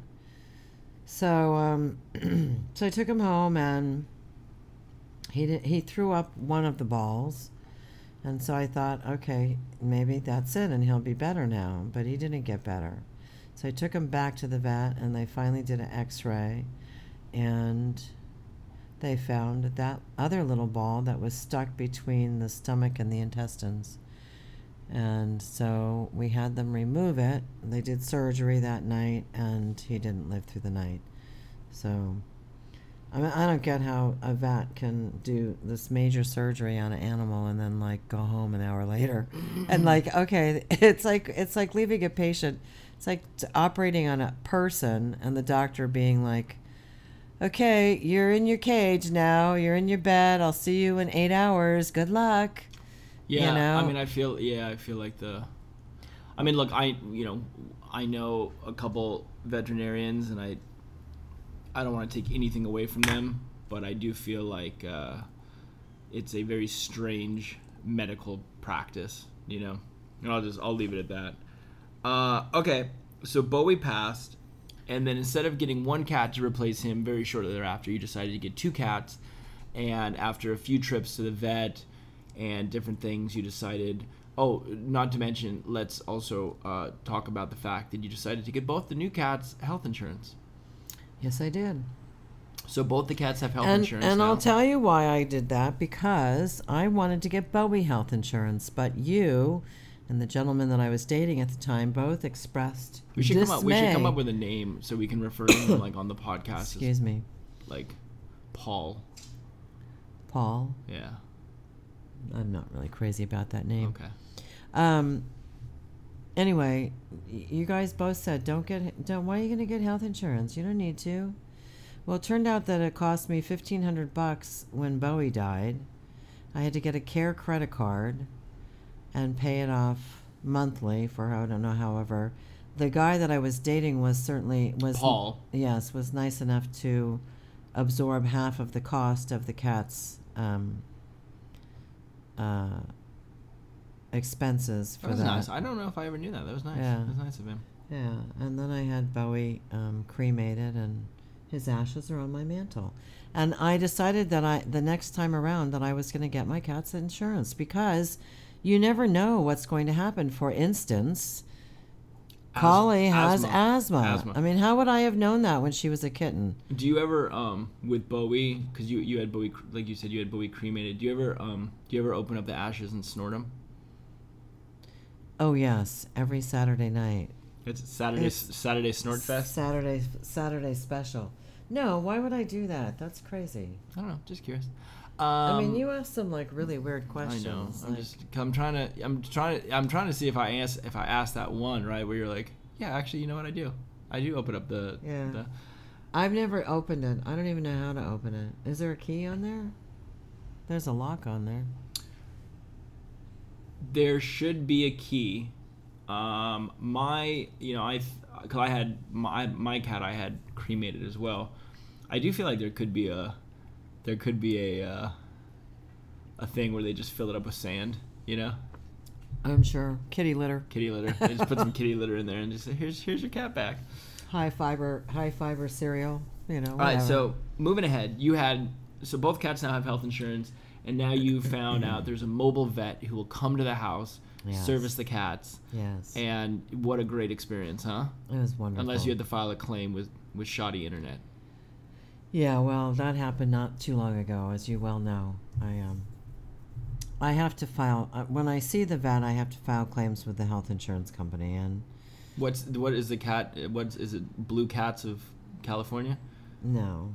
Speaker 2: So, um, so I took him home, and he did, he threw up one of the balls, and so I thought, okay, maybe that's it, and he'll be better now. But he didn't get better, so I took him back to the vet, and they finally did an X-ray, and they found that other little ball that was stuck between the stomach and the intestines. And so we had them remove it. They did surgery that night, and he didn't live through the night. So, I mean, I don't get how a vet can do this major surgery on an animal and then like go home an hour later, and like okay, it's like it's like leaving a patient. It's like t- operating on a person, and the doctor being like, "Okay, you're in your cage now. You're in your bed. I'll see you in eight hours. Good luck."
Speaker 1: Yeah. I
Speaker 2: know?
Speaker 1: mean, I feel. Yeah, I feel like the. I mean, look, I you know, I know a couple veterinarians, and I. I don't want to take anything away from them, but I do feel like uh, it's a very strange medical practice, you know. And I'll just I'll leave it at that. Uh, okay, so Bowie passed, and then instead of getting one cat to replace him, very shortly thereafter, you decided to get two cats. And after a few trips to the vet and different things, you decided. Oh, not to mention, let's also uh, talk about the fact that you decided to get both the new cats health insurance.
Speaker 2: Yes, I did.
Speaker 1: So both the cats have health
Speaker 2: and
Speaker 1: insurance.
Speaker 2: and
Speaker 1: now.
Speaker 2: I'll tell you why I did that because I wanted to get Bowie health insurance, but you and the gentleman that I was dating at the time both expressed
Speaker 1: we should come up. We should come
Speaker 2: dismay.
Speaker 1: up with a name so we can refer to him like on the podcast. as,
Speaker 2: Excuse me,
Speaker 1: like Paul.
Speaker 2: Paul.
Speaker 1: Yeah.
Speaker 2: I'm not really crazy about that name.
Speaker 1: Okay.
Speaker 2: Um. Anyway, y- you guys both said don't get don't. Why are you going to get health insurance? You don't need to. Well, it turned out that it cost me fifteen hundred bucks when Bowie died. I had to get a care credit card, and pay it off monthly for I don't know. However, the guy that I was dating was certainly was
Speaker 1: Paul.
Speaker 2: Yes, was nice enough to absorb half of the cost of the cat's um, uh, expenses for
Speaker 1: That was
Speaker 2: that.
Speaker 1: nice. I don't know if I ever knew that. That was nice.
Speaker 2: Yeah.
Speaker 1: That was nice of him.
Speaker 2: Yeah, and then I had Bowie um, cremated, and his ashes are on my mantle. And I decided that I the next time around that I was going to get my cat's insurance because you never know what's going to happen. For instance,
Speaker 1: As-
Speaker 2: Collie has
Speaker 1: asthma.
Speaker 2: asthma.
Speaker 1: Asthma.
Speaker 2: I mean, how would I have known that when she was a kitten?
Speaker 1: Do you ever um with Bowie because you you had Bowie cr- like you said you had Bowie cremated. Do you ever um do you ever open up the ashes and snort them?
Speaker 2: Oh yes, every Saturday night.
Speaker 1: It's Saturday
Speaker 2: It's-
Speaker 1: Saturday snort fest.
Speaker 2: Saturday Saturday special. No, why would I do that? That's crazy.
Speaker 1: I don't know. Just curious. Um,
Speaker 2: I mean, you asked some like really weird
Speaker 1: I
Speaker 2: questions.
Speaker 1: know. I'm
Speaker 2: like-
Speaker 1: just. I'm trying to. I'm trying to. I'm trying to see if I ask. If I ask that one right where you're like, yeah, actually, you know what I do. I do open up the.
Speaker 2: Yeah.
Speaker 1: The,
Speaker 2: I've never opened it. I don't even know how to open it. Is there a key on there? There's a lock on there.
Speaker 1: there should be a key. Um, my, you know, I, cause I had my my cat, I had cremated as well. I do feel like there could be a, there could be a, uh, a thing where they just fill it up with sand, you know,
Speaker 2: I'm sure. Kitty litter.
Speaker 1: kitty litter. They just put some kitty litter in there and just say, here's here's your cat back.
Speaker 2: High fiber, high fiber cereal. You know.
Speaker 1: All right,
Speaker 2: whatever.
Speaker 1: so moving ahead, you had so both cats now have health insurance, and now you found out there's a mobile vet who will come to the house,
Speaker 2: Yes.
Speaker 1: service the cats,
Speaker 2: yes, it
Speaker 1: and what a great experience, huh?
Speaker 2: was wonderful.
Speaker 1: Unless you had to file a claim with with shoddy internet.
Speaker 2: Yeah, well, that happened not too long ago, as you well know. I um, I have to file uh, when I see the vet. I have to file claims with the health insurance company, and
Speaker 1: What's what is the cat? What is it? Blue cats of California?
Speaker 2: no,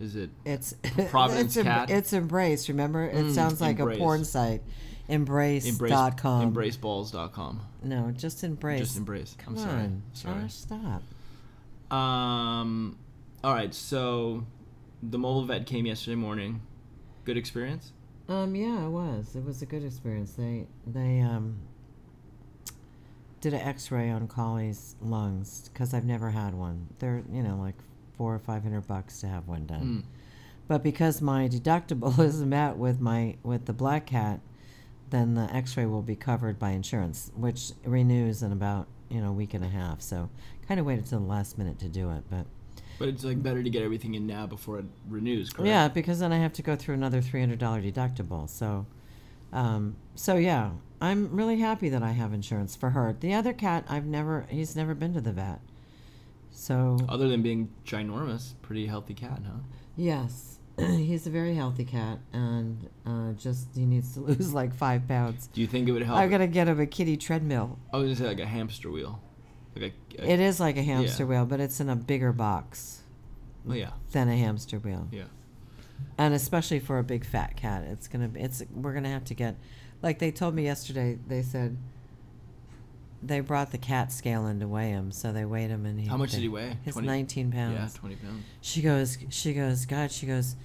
Speaker 1: Is it?
Speaker 2: it's
Speaker 1: Providence
Speaker 2: it's, em-
Speaker 1: cat.
Speaker 2: It's embrace. Remember, it
Speaker 1: Mm,
Speaker 2: sounds like
Speaker 1: Embrace.
Speaker 2: a porn site. Embrace.
Speaker 1: Embrace,
Speaker 2: dot com.
Speaker 1: Embraceballs.com.
Speaker 2: No, just embrace.
Speaker 1: Just embrace.
Speaker 2: Come
Speaker 1: I'm sorry.
Speaker 2: on,
Speaker 1: Sorry.
Speaker 2: Josh, stop.
Speaker 1: Um. All right. So, the mobile vet came yesterday morning. Good experience.
Speaker 2: Um, yeah, it was. It was a good experience. They they um did an X-ray on Collie's lungs because I've never had one. They're you know like four or five hundred bucks to have one done.
Speaker 1: Mm.
Speaker 2: But because my deductible is met with my with the black cat, then the X-ray will be covered by insurance, which renews in about you know a week and a half. So kind of waited till the last minute to do it, but
Speaker 1: But it's like better to get everything in now before it renews. Correct?
Speaker 2: Yeah, because then I have to go through another three hundred dollar deductible. So, um, so yeah, I'm really happy that I have insurance for her. The other cat, I've never, he's never been to the vet. So
Speaker 1: Other than being ginormous, pretty healthy cat, huh?
Speaker 2: yes, he's a very healthy cat, and uh, just he needs to lose like five pounds.
Speaker 1: Do you think it would help?
Speaker 2: I gotta get him a kitty treadmill.
Speaker 1: I was gonna say like a hamster wheel. Like a. a
Speaker 2: It is like a hamster wheel, but it's in a bigger box
Speaker 1: oh yeah.
Speaker 2: than a hamster wheel.
Speaker 1: Yeah.
Speaker 2: and especially for a big fat cat it's gonna be it's we're gonna have to get like they told me yesterday they said they brought the cat scale in to weigh him so they weighed him and he
Speaker 1: How much
Speaker 2: they-
Speaker 1: did he weigh?
Speaker 2: his
Speaker 1: 20?
Speaker 2: 19 pounds
Speaker 1: Yeah, 20 pounds.
Speaker 2: she goes she goes god she goes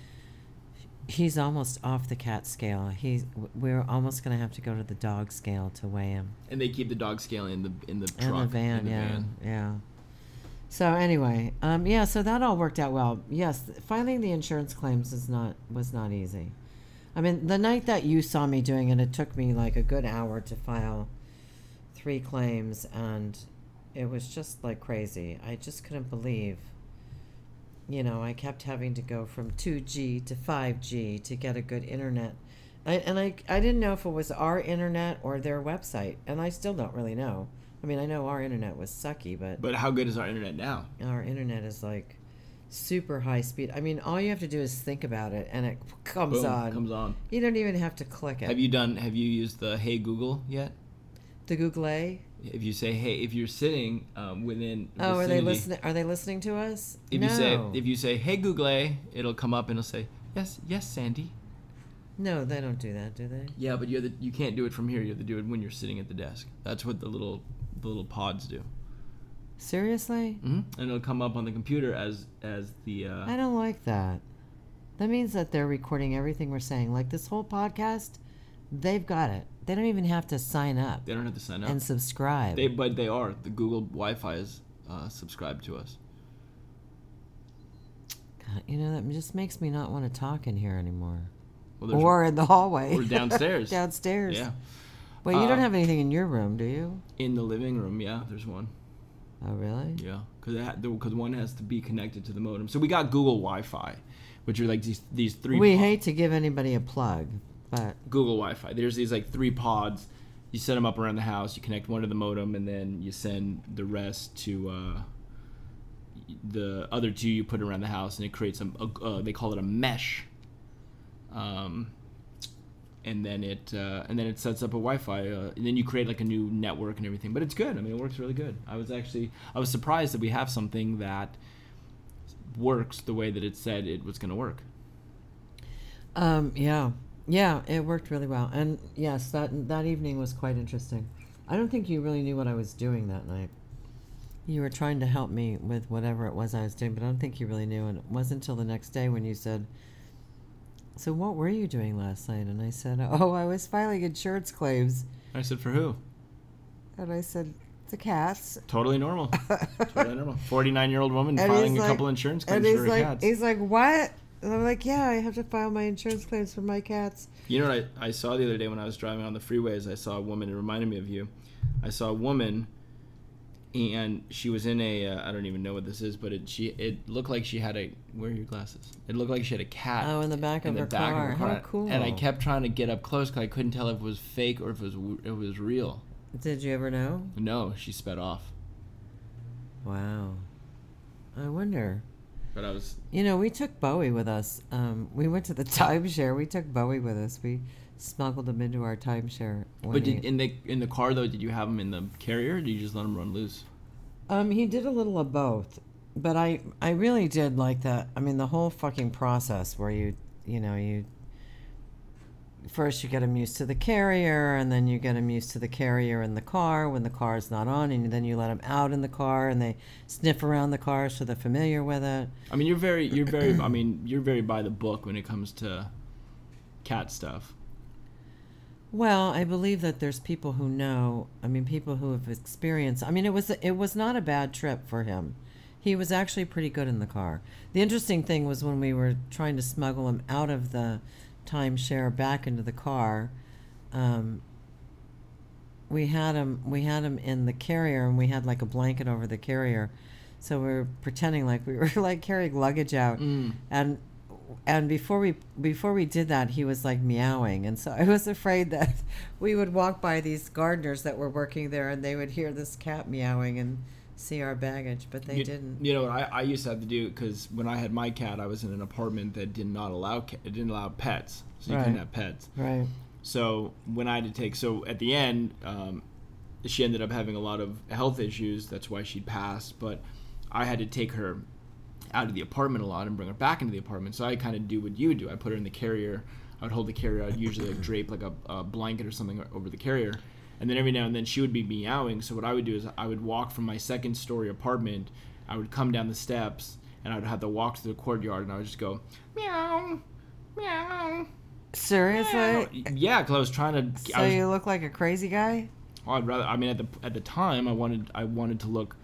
Speaker 2: he's almost off the cat scale he's we're almost gonna have to go to the dog scale to weigh him
Speaker 1: And they keep the dog scale in the in the
Speaker 2: and
Speaker 1: truck
Speaker 2: the van
Speaker 1: in the
Speaker 2: yeah
Speaker 1: van.
Speaker 2: yeah so anyway um yeah so that all worked out well yes th- filing the insurance claims is not was not easy i mean the night that you saw me doing it it took me like a good hour to file three claims and it was just like crazy i just couldn't believe you know i kept having to go from 2g to 5g to get a good internet I, and I, I didn't know if it was our internet or their website and i still don't really know i mean i know our internet was sucky but
Speaker 1: But how good is our internet now?
Speaker 2: our internet is like super high speed. I mean, all you have to do is think about it, and it comes
Speaker 1: Boom,
Speaker 2: on.
Speaker 1: comes on.
Speaker 2: you don't even have to click it.
Speaker 1: Have you done? Have you used the Hey Google yet?
Speaker 2: the Google? A?
Speaker 1: If you say Hey, if you're sitting um, within
Speaker 2: Oh, are they
Speaker 1: vicinity-
Speaker 2: listening? Are they listening to us?
Speaker 1: If
Speaker 2: no.
Speaker 1: you say if you say Hey Google, it'll come up and it'll say Yes, yes, Sandy.
Speaker 2: no, they don't do that, do they?
Speaker 1: Yeah, but you're the, you can't do it from here. You have to do it when you're sitting at the desk. That's what the little the little pods do.
Speaker 2: Seriously,
Speaker 1: hmm And it'll come up on the computer as as the uh,
Speaker 2: I don't like that. That means that they're recording everything we're saying. Like this whole podcast, they've got it. They don't even have to sign up
Speaker 1: they don't have to sign up.
Speaker 2: and subscribe.
Speaker 1: They but they are the Google Wi-Fi is uh, subscribed to us.
Speaker 2: God, you know that just makes me not want to talk in here anymore,
Speaker 1: Well, there's-
Speaker 2: or in the hallway,
Speaker 1: Or downstairs.
Speaker 2: downstairs.
Speaker 1: yeah,
Speaker 2: Wait, you don't
Speaker 1: Uh,
Speaker 2: have anything in your room, do you?
Speaker 1: in the living room. Yeah, there's one.
Speaker 2: Oh, really?
Speaker 1: Yeah, because because one has to be connected to the modem. So we got Google Wi-Fi, which are like these these three.
Speaker 2: We
Speaker 1: po-
Speaker 2: hate to give anybody a plug, but
Speaker 1: Google Wi-Fi. There's these like three pods. You set them up around the house. You connect one to the modem, and then you send the rest to uh, the other two you put around the house, and it creates a, a uh, they call it a mesh. Um, and then it uh, and then it sets up a Wi-Fi, uh, and then you create like a new network and everything. But it's good. I mean, it works really good. I was actually I was surprised that we have something that works the way that it said it was going to work.
Speaker 2: um, yeah, yeah, it worked really well. And yes, that that evening was quite interesting. I don't think you really knew what I was doing that night. You were trying to help me with whatever it was I was doing, but I don't think you really knew. And it wasn't until the next day when you said, "So what were you doing last night?" And I said, "Oh, I was filing insurance claims."
Speaker 1: I said for who?
Speaker 2: And I said, "The cats."
Speaker 1: Totally normal. Totally normal. Forty-nine-year-old woman
Speaker 2: And
Speaker 1: filing a
Speaker 2: he's like-
Speaker 1: couple insurance
Speaker 2: And
Speaker 1: claims
Speaker 2: he's
Speaker 1: for her
Speaker 2: like,
Speaker 1: cats.
Speaker 2: he's like, what? And I'm like, yeah, I have to file my insurance claims for my cats.
Speaker 1: You know what I, I saw the other day when I was driving on the freeways? I saw a woman. It reminded me of you. I saw a woman, and she was in a. Uh, I don't even know what this is, but it she it looked like she had a. Where are your glasses? It looked like she had a cat.
Speaker 2: Oh, in the back of
Speaker 1: in the
Speaker 2: her
Speaker 1: back
Speaker 2: car.
Speaker 1: of her car.
Speaker 2: How cool.
Speaker 1: And I kept trying to get up close because I couldn't tell if it was fake or if it was w- it was real.
Speaker 2: Did you ever know?
Speaker 1: No, she sped off.
Speaker 2: Wow. I wonder.
Speaker 1: But I was
Speaker 2: You know, we took Bowie with us. Um, we went to the timeshare. We took Bowie with us. We smuggled him into our timeshare. one
Speaker 1: But did,
Speaker 2: night.
Speaker 1: in the in the car though, did you have him in the carrier? Or did you just let him run loose?
Speaker 2: Um, he did a little of both, but I I really did like that. I mean, the whole fucking process where you you know you first you get him used to the carrier, and then you get him used to the carrier in the car when the car's not on, and then you let him out in the car, and they sniff around the car so they're familiar with it.
Speaker 1: I mean, you're very you're very I mean you're very by the book when it comes to cat stuff.
Speaker 2: Well, I believe that there's people who know. I mean, people who have experienced. I mean, it was it was not a bad trip for him. He was actually pretty good in the car. The interesting thing was when we were trying to smuggle him out of the timeshare back into the car. Um, we had him we had him in the carrier, and we had like a blanket over the carrier, so we were pretending like we were like carrying luggage out,
Speaker 1: Mm.
Speaker 2: and and before we before we did that he was like meowing and so i was afraid that we would walk by these gardeners that were working there and they would hear this cat meowing and see our baggage but they
Speaker 1: you,
Speaker 2: didn't
Speaker 1: You know what I, I used to have to do because when I had my cat, I was in an apartment that did not allow ca- it didn't allow pets, so you couldn't
Speaker 2: Right.
Speaker 1: have pets.
Speaker 2: right
Speaker 1: So when I had to take, so at the end, um, she ended up having a lot of health issues. That's why she passed. But I had to take her out of the apartment a lot and bring her back into the apartment. So I kind of do what you would do. I put her in the carrier. I would hold the carrier. I'd usually like drape like a, a blanket or something over the carrier. And then every now and then she would be meowing. So what I would do is I would walk from my second story apartment. I would come down the steps and I would have to walk to the courtyard and I would just go meow, meow.
Speaker 2: seriously
Speaker 1: Yeah, because I was trying to.
Speaker 2: so
Speaker 1: I was
Speaker 2: you look like a crazy guy
Speaker 1: well, I'd rather. I mean, at the at the time, I wanted I wanted to look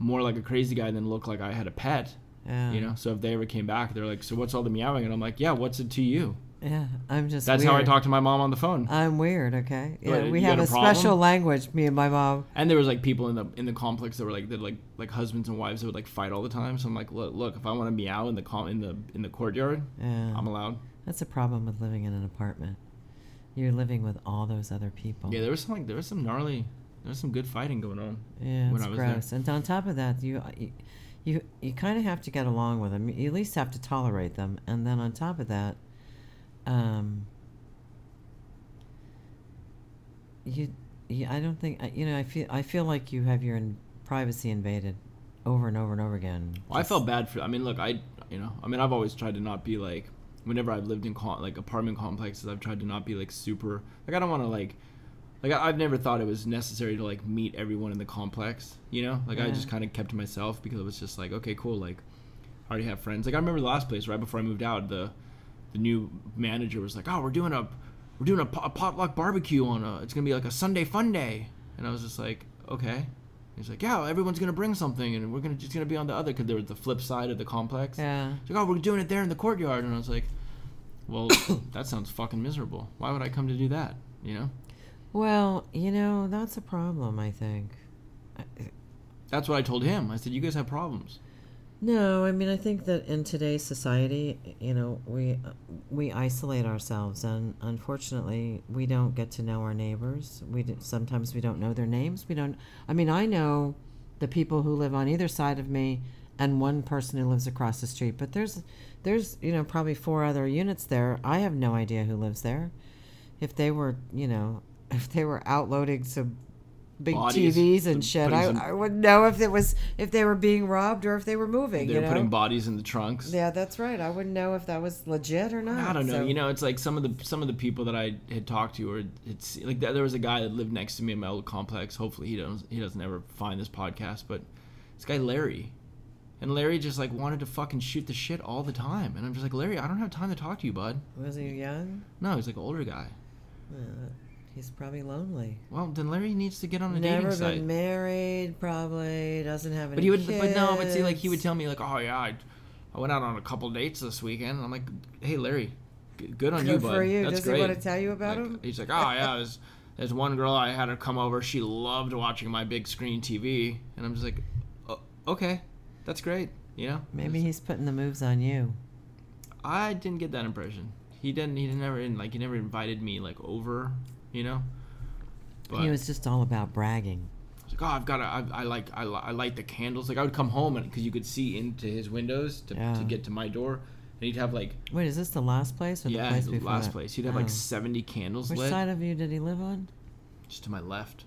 Speaker 1: more like a crazy guy than look like I had a pet.
Speaker 2: yeah
Speaker 1: You know. So if they ever came back, they're like, "So what's all the meowing?" And I'm like, "Yeah, what's it to you?"
Speaker 2: yeah i'm just
Speaker 1: That's how I
Speaker 2: weird.
Speaker 1: talk to my mom on the phone.
Speaker 2: i'm weird okay yeah
Speaker 1: What,
Speaker 2: we
Speaker 1: you
Speaker 2: have
Speaker 1: got
Speaker 2: a,
Speaker 1: a problem?
Speaker 2: special language me and my mom
Speaker 1: And there was like people in the in the complex that were like that like like husbands and wives that would like fight all the time. So I'm like, "Look, look if I want to meow in the com- in the in the courtyard,
Speaker 2: yeah
Speaker 1: I'm allowed."
Speaker 2: that's a problem with living in an apartment you're living with all those other people
Speaker 1: Yeah, there was some like there was some gnarly, there was some good fighting going on.
Speaker 2: Yeah,
Speaker 1: when
Speaker 2: it's
Speaker 1: I was there.
Speaker 2: gross. And on top of that, you uh, you you kind of have to get along with them. You at least have to tolerate them, and then on top of that, um, you, you I don't think I- you know. I feel I feel like you have your in- privacy invaded over and over and over again.
Speaker 1: Well, I felt bad for. I mean, look, I you know, I mean, I've always tried to not be like. Whenever I've lived in con- like apartment complexes, I've tried to not be like super. Like I don't want to like. Like I, I've never thought it was necessary to like meet everyone in the complex. You know, like I
Speaker 2: Yeah.
Speaker 1: just kind of kept to myself because it was just like, okay, cool. Like, I already have friends. Like I remember the last place right before I moved out, the the new manager was like, oh, we're doing a we're doing a, po- a potluck barbecue on a. It's gonna be like a Sunday fun day, and I was just like, okay. He's like, yeah, everyone's gonna bring something, and we're gonna just gonna be on the other because there was the flip side of the complex.
Speaker 2: Yeah.
Speaker 1: He's like, oh, we're doing it there in the courtyard, and I was like, well, that sounds fucking miserable. Why would I come to do that? You know,
Speaker 2: Well, you know that's a problem. I think. I-
Speaker 1: that's what I told him. I said, you guys have problems.
Speaker 2: No, I mean I think that in today's society, you know, we we isolate ourselves, and unfortunately, we don't get to know our neighbors. We d sometimes we don't know their names. We don't. I mean, I know the people who live on either side of me, and one person who lives across the street. But there's there's you know probably four other units there. I have no idea who lives there. If they were you know if they were outloading some big
Speaker 1: Bodies,
Speaker 2: TVs and
Speaker 1: put-
Speaker 2: shit,
Speaker 1: putting
Speaker 2: I,
Speaker 1: some-
Speaker 2: I wouldn't know if it was if they were being robbed or if they were moving.
Speaker 1: They're
Speaker 2: you know?
Speaker 1: putting bodies in the trunks.
Speaker 2: Yeah, that's right. I wouldn't know if that was legit or not.
Speaker 1: I don't know.
Speaker 2: so-
Speaker 1: You know, it's like some of the some of the people that I had talked to, or it's like there there was a guy that lived next to me in my old complex. Hopefully, he doesn't he doesn't ever find this podcast. But this guy Larry, and Larry just like wanted to fucking shoot the shit all the time. And I'm just like Larry, I don't have time to talk to you, bud.
Speaker 2: Was he young?
Speaker 1: No, he's like an older guy.
Speaker 2: Well, he's probably lonely.
Speaker 1: Well, then Larry needs to get on a
Speaker 2: Never
Speaker 1: dating
Speaker 2: been
Speaker 1: site.
Speaker 2: married, probably doesn't have any.
Speaker 1: But he would, but no, but see, like he would
Speaker 2: kids.
Speaker 1: tell me like, oh yeah, I, I went out on a couple dates this weekend. And I'm like, hey Larry, g- good on you,
Speaker 2: Good
Speaker 1: bud.
Speaker 2: for you.
Speaker 1: That's
Speaker 2: Does
Speaker 1: great.
Speaker 2: he want to tell you about
Speaker 1: Like,
Speaker 2: him?
Speaker 1: He's like, oh yeah, there's, there's one girl I had her come over. She loved watching my big screen TV, and I'm just like, "O- okay, that's great. You know,
Speaker 2: Maybe he's putting the moves on you.
Speaker 1: I didn't get that impression. He didn't. He didn't ever in- like. He never invited me like over. You know. But
Speaker 2: He was just all about bragging.
Speaker 1: it's like, oh, I've got. to I, I like. I, li- I light the candles. Like I would come home and because you could see into his windows to,
Speaker 2: Yeah.
Speaker 1: to get to my door, and he'd have like
Speaker 2: Wait, is this the last place or the
Speaker 1: yeah,
Speaker 2: place
Speaker 1: his
Speaker 2: before
Speaker 1: last
Speaker 2: that?
Speaker 1: place. He'd have like
Speaker 2: Oh.
Speaker 1: 70 candles
Speaker 2: Which
Speaker 1: lit.
Speaker 2: side of you did he live on?
Speaker 1: just to my left.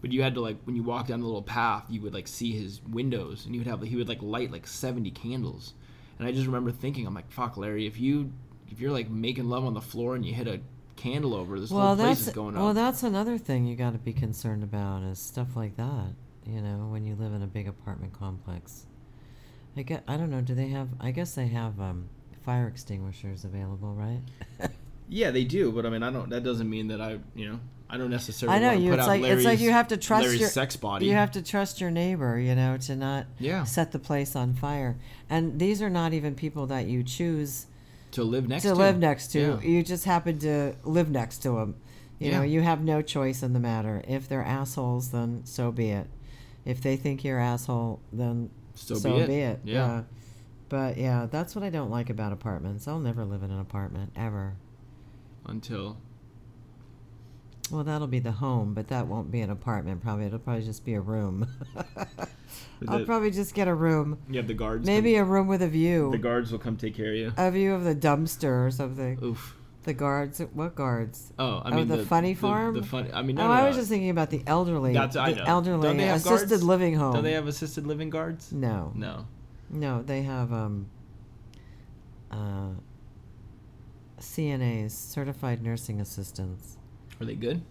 Speaker 1: But you had to like when you walk down the little path, you would like see his windows, and he would have he would like light like seventy candles, and I just remember thinking, I'm like, fuck, Larry, if you if you're like making love on the floor and you hit a candle over, this whole
Speaker 2: Well,
Speaker 1: place
Speaker 2: that's
Speaker 1: is going
Speaker 2: well,
Speaker 1: up.
Speaker 2: that's another thing you got to be concerned about is stuff like that. You know, when you live in a big apartment complex, I get I don't know. Do they have? I guess they have um, fire extinguishers available, right?
Speaker 1: yeah, they do, but I mean, I don't. That doesn't mean that I, you know, I don't necessarily.
Speaker 2: I know
Speaker 1: wanna
Speaker 2: you.
Speaker 1: Put out
Speaker 2: It's like it's like you
Speaker 1: Larry's-
Speaker 2: have to trust
Speaker 1: Larry's
Speaker 2: your
Speaker 1: sex body.
Speaker 2: You have to trust your neighbor, you know, to not
Speaker 1: Yeah.
Speaker 2: set the place on fire. And these are not even people that you choose
Speaker 1: to live next
Speaker 2: to,
Speaker 1: to
Speaker 2: live next to.
Speaker 1: Yeah.
Speaker 2: You just happen to live next to them. You know,
Speaker 1: Yeah.
Speaker 2: you have no choice in the matter. If they're assholes, then so be it. If they think you're asshole, then
Speaker 1: So
Speaker 2: so,
Speaker 1: be
Speaker 2: be
Speaker 1: it.
Speaker 2: it.
Speaker 1: Yeah.
Speaker 2: But yeah, that's what I don't like about apartments. I'll never live in an apartment ever.
Speaker 1: until
Speaker 2: Well, that'll be the home, but that won't be an apartment. Probably it'll probably just be a room. I'll
Speaker 1: that-
Speaker 2: probably just get a room,
Speaker 1: you have the guards.
Speaker 2: maybe
Speaker 1: come-
Speaker 2: a Uh, room with a
Speaker 1: the
Speaker 2: view,
Speaker 1: guards will come take care of you.
Speaker 2: a view of the dumpster or something.
Speaker 1: Oof.
Speaker 2: The guards, what guards?
Speaker 1: Oh, I
Speaker 2: Oh,
Speaker 1: mean
Speaker 2: the funny farm?
Speaker 1: The, funny. I mean, no,
Speaker 2: oh,
Speaker 1: no,
Speaker 2: I
Speaker 1: no.
Speaker 2: was just thinking about the elderly.
Speaker 1: That's-
Speaker 2: the
Speaker 1: I know.
Speaker 2: elderly
Speaker 1: Don't they have
Speaker 2: assisted
Speaker 1: guards?
Speaker 2: living home.
Speaker 1: Don't they have assisted living guards?
Speaker 2: No,
Speaker 1: No.
Speaker 2: no, they have um, uh, CNAs, certified nursing assistants.
Speaker 1: Are they good?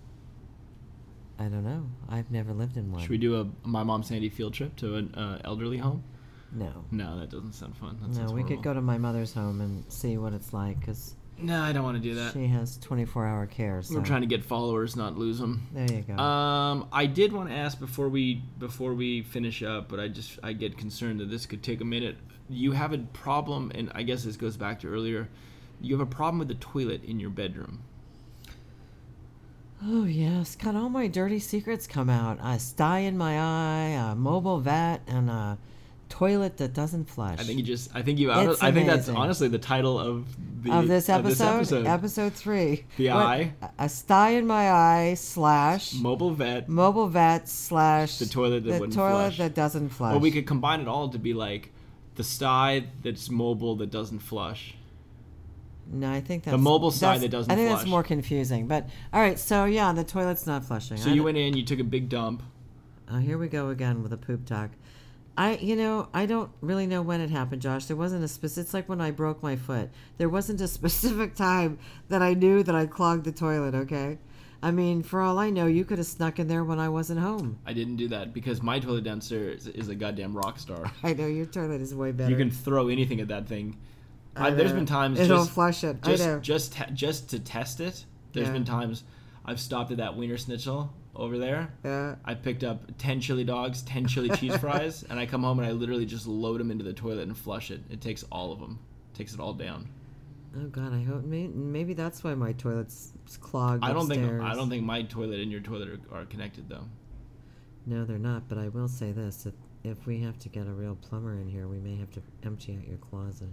Speaker 2: I don't know. I've never lived in one.
Speaker 1: Should we do a my mom Sandy field trip to an uh, elderly home?
Speaker 2: no.
Speaker 1: No, that doesn't sound fun. That
Speaker 2: No,
Speaker 1: sounds
Speaker 2: we could
Speaker 1: horrible.
Speaker 2: go to my mother's home and see what it's like because
Speaker 1: No, I don't want to do that.
Speaker 2: she has 24 hour care. So
Speaker 1: We're trying to get followers, not lose them.
Speaker 2: there you go.
Speaker 1: Um, I did want to ask before we before we finish up, but I just I get concerned that this could take a minute. You have a problem, and I guess this goes back to earlier. You have a problem with the toilet in your bedroom.
Speaker 2: oh, yes. God, all my dirty secrets come out. A sty in my eye, a mobile vet, and a toilet that doesn't flush.
Speaker 1: I think you just. I think you. Out
Speaker 2: It's
Speaker 1: I think that's
Speaker 2: amazing.
Speaker 1: honestly the title of the
Speaker 2: of this episode,
Speaker 1: episode.
Speaker 2: episode three.
Speaker 1: The eye.
Speaker 2: A sty in my eye slash
Speaker 1: Mobile vet.
Speaker 2: mobile vet slash
Speaker 1: The toilet that
Speaker 2: the
Speaker 1: wouldn't
Speaker 2: toilet
Speaker 1: flush.
Speaker 2: that doesn't flush.
Speaker 1: Or we could combine it all to be like the side that's mobile that doesn't flush.
Speaker 2: no, I think that's
Speaker 1: mobile sty
Speaker 2: that's-
Speaker 1: that doesn't
Speaker 2: I think
Speaker 1: flush.
Speaker 2: that's more confusing. But all right, so yeah, the toilet's not flushing.
Speaker 1: So
Speaker 2: I
Speaker 1: you
Speaker 2: don't-
Speaker 1: went in, you took a big dump.
Speaker 2: Oh, here we go again with a poop talk. I, you know, I don't really know when it happened, Josh. There wasn't a specific. It's like when I broke my foot. There wasn't a specific time that I knew that I clogged the toilet. Okay, I mean, for all I know, you could have snuck in there when I wasn't home.
Speaker 1: I didn't do that because my toilet downstairs is a goddamn rock star.
Speaker 2: I know your toilet is way better.
Speaker 1: You can throw anything at that thing.
Speaker 2: I
Speaker 1: I, there's
Speaker 2: know.
Speaker 1: been times
Speaker 2: it'll
Speaker 1: just
Speaker 2: flush it. I know.
Speaker 1: just just te- just to test it. There's
Speaker 2: Yeah.
Speaker 1: been times I've stopped at that wiener schnitzel over there.
Speaker 2: yeah.
Speaker 1: I picked up ten chili dogs, ten chili cheese fries, and I come home and I literally just load them into the toilet and flush it. It takes all of them. takes it all down.
Speaker 2: Oh God, I hope maybe, maybe that's why my toilet's clogged.
Speaker 1: I don't
Speaker 2: upstairs.
Speaker 1: think I don't think my toilet and your toilet are, are connected though.
Speaker 2: No, they're not. But I will say this: if, if we have to get a real plumber in here, we may have to empty out your closet.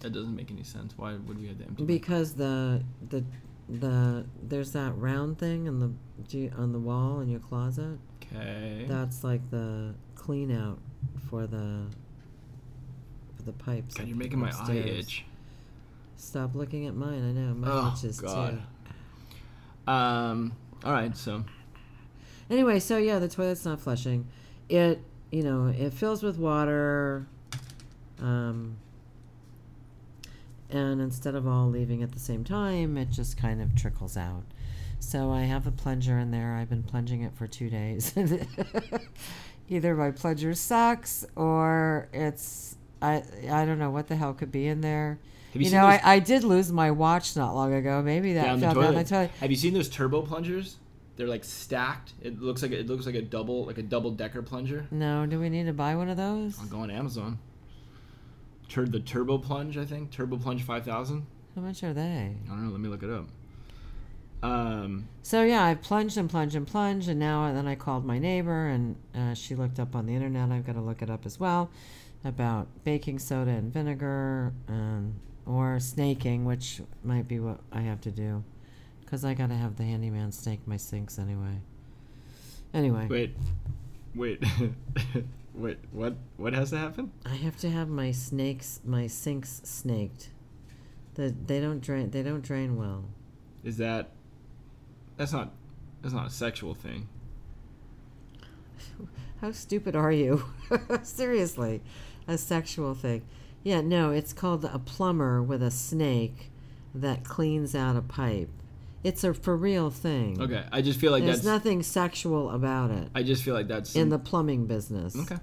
Speaker 1: That doesn't make any sense. Why would we have to empty? my-
Speaker 2: Because the the the there's that round thing on the do you- on the wall in your closet.
Speaker 1: okay.
Speaker 2: That's like the clean out for the for the pipes.
Speaker 1: God,
Speaker 2: up
Speaker 1: you're making my eye
Speaker 2: upstairs.
Speaker 1: itch.
Speaker 2: Stop looking at mine. I know my
Speaker 1: Oh,
Speaker 2: itches
Speaker 1: God.
Speaker 2: too.
Speaker 1: Um. All right. So
Speaker 2: Anyway, so yeah, the toilet's not flushing. It you know it fills with water. Um. And instead of all leaving at the same time, it just kind of trickles out. So I have a plunger in there. I've been plunging it for two days. Either my plunger sucks or it's I I don't know what the hell could be in there.
Speaker 1: Have you
Speaker 2: you
Speaker 1: seen
Speaker 2: know,
Speaker 1: those-
Speaker 2: I, I did lose my watch not long ago. Maybe that
Speaker 1: down the,
Speaker 2: fell
Speaker 1: toilet.
Speaker 2: down the toilet.
Speaker 1: Have you seen those turbo plungers? They're like stacked. It looks like it looks like a double like a double decker plunger.
Speaker 2: No, do we need to buy one of those?
Speaker 1: I'll go on Amazon. Tur- the turbo plunge, I think. Turbo plunge five thousand.
Speaker 2: How much are they?
Speaker 1: I don't know. Let me look it up. Um.
Speaker 2: So yeah, I plunged and plunged and plunged, and now and then I called my neighbor, and uh, she looked up on the internet. I've got to look it up as well about baking soda and vinegar, um, or snaking, which might be what I have to do, because I got to have the handyman snake my sinks anyway. Anyway,
Speaker 1: Wait. Wait. wait. What? What has to happen?
Speaker 2: I have to have my snakes, my sinks snaked. The, they don't drain. They don't drain well.
Speaker 1: Is that? That's not. That's not a sexual thing.
Speaker 2: How stupid are you? Seriously, a sexual thing. Yeah, no, it's called a plumber with a snake that cleans out a pipe. It's a for real thing.
Speaker 1: Okay. I just feel like
Speaker 2: Mm. There's
Speaker 1: that's.
Speaker 2: nothing sexual about it
Speaker 1: I just feel like that's.
Speaker 2: in the plumbing business.
Speaker 1: okay.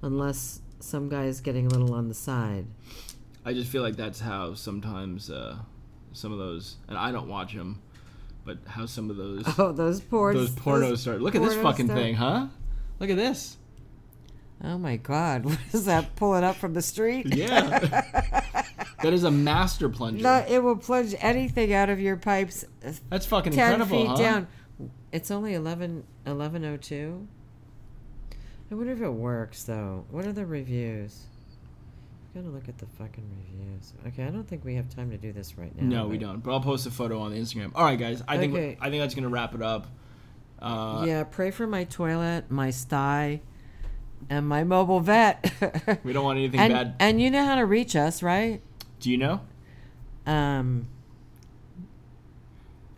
Speaker 2: Unless some guy is getting a little on the side.
Speaker 1: I just feel like that's how sometimes uh, some of those, and I don't watch them, but how some of those
Speaker 2: Oh, those ports.
Speaker 1: those pornos start. Look at this
Speaker 2: pornos
Speaker 1: fucking
Speaker 2: start-
Speaker 1: thing, huh? Look at this.
Speaker 2: Oh my God! What is that? Pulling up from the street?
Speaker 1: Yeah, that is a master plunger.
Speaker 2: no, it will plunge anything out of your pipes
Speaker 1: that's fucking
Speaker 2: 10
Speaker 1: incredible,
Speaker 2: feet
Speaker 1: huh?
Speaker 2: down. It's only 11, 1102. I wonder if it works, though. What are the reviews? Gotta look at the fucking reviews. Okay, I don't think we have time to do this right now.
Speaker 1: No, we
Speaker 2: but-
Speaker 1: don't. But I'll post a photo on the Instagram. All right, guys. I think
Speaker 2: Okay.
Speaker 1: I think that's gonna wrap it up. Uh,
Speaker 2: yeah, pray for my toilet, my sty, and my mobile vet.
Speaker 1: We don't want anything
Speaker 2: and,
Speaker 1: bad.
Speaker 2: And you know how to reach us, right?
Speaker 1: Do you know?
Speaker 2: Um,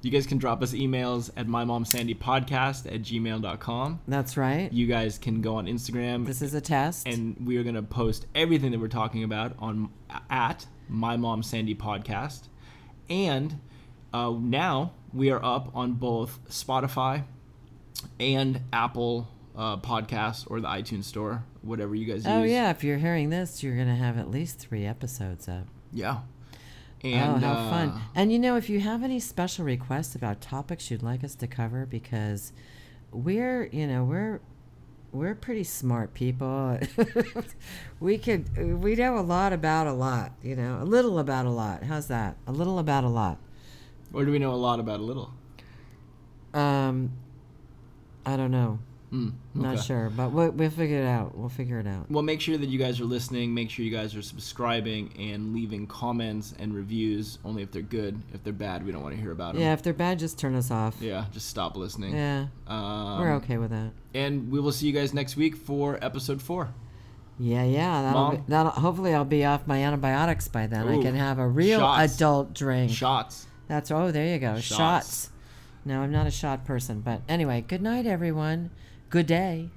Speaker 1: You guys can drop us emails at mymomsandypodcast at gmail.com.
Speaker 2: that's right.
Speaker 1: You guys can go on Instagram
Speaker 2: This is a test.
Speaker 1: and we are going to post everything that we're talking about on at my mom sandy podcast and uh, now we are up on both spotify and apple uh, podcast or the itunes store whatever you guys
Speaker 2: oh,
Speaker 1: use
Speaker 2: yeah, if you're hearing this, you're going to have at least three episodes up.
Speaker 1: yeah and
Speaker 2: oh, how
Speaker 1: uh,
Speaker 2: fun! And you know, if you have any special requests about topics you'd like us to cover, because we're, you know, we're we're pretty smart people. we could we know a lot about a lot. You know, a little about a lot. How's that? A little about a lot.
Speaker 1: or do we know a lot about a little
Speaker 2: Um, I don't know.
Speaker 1: Mm,
Speaker 2: Not
Speaker 1: okay.
Speaker 2: sure, but we'll, we'll figure it out. We'll figure it out.
Speaker 1: Well, make sure that you guys are listening. Make sure you guys are subscribing and leaving comments and reviews. Only if they're good. If they're bad, we don't want to hear about them.
Speaker 2: Yeah, if they're bad, just turn us off. Yeah,
Speaker 1: Hmm. Yeah, just stop listening. Um,
Speaker 2: we're okay with that.
Speaker 1: And we will see you guys next week for episode four.
Speaker 2: Yeah, yeah. That'll
Speaker 1: Mom?
Speaker 2: be, that'll hopefully I'll be off my antibiotics by then.
Speaker 1: Ooh,
Speaker 2: I can have a real
Speaker 1: shots.
Speaker 2: adult drink.
Speaker 1: Shots.
Speaker 2: That's oh, there you go.
Speaker 1: Shots.
Speaker 2: Shots. No, I'm not a shot person, but anyway, good night everyone. Good day.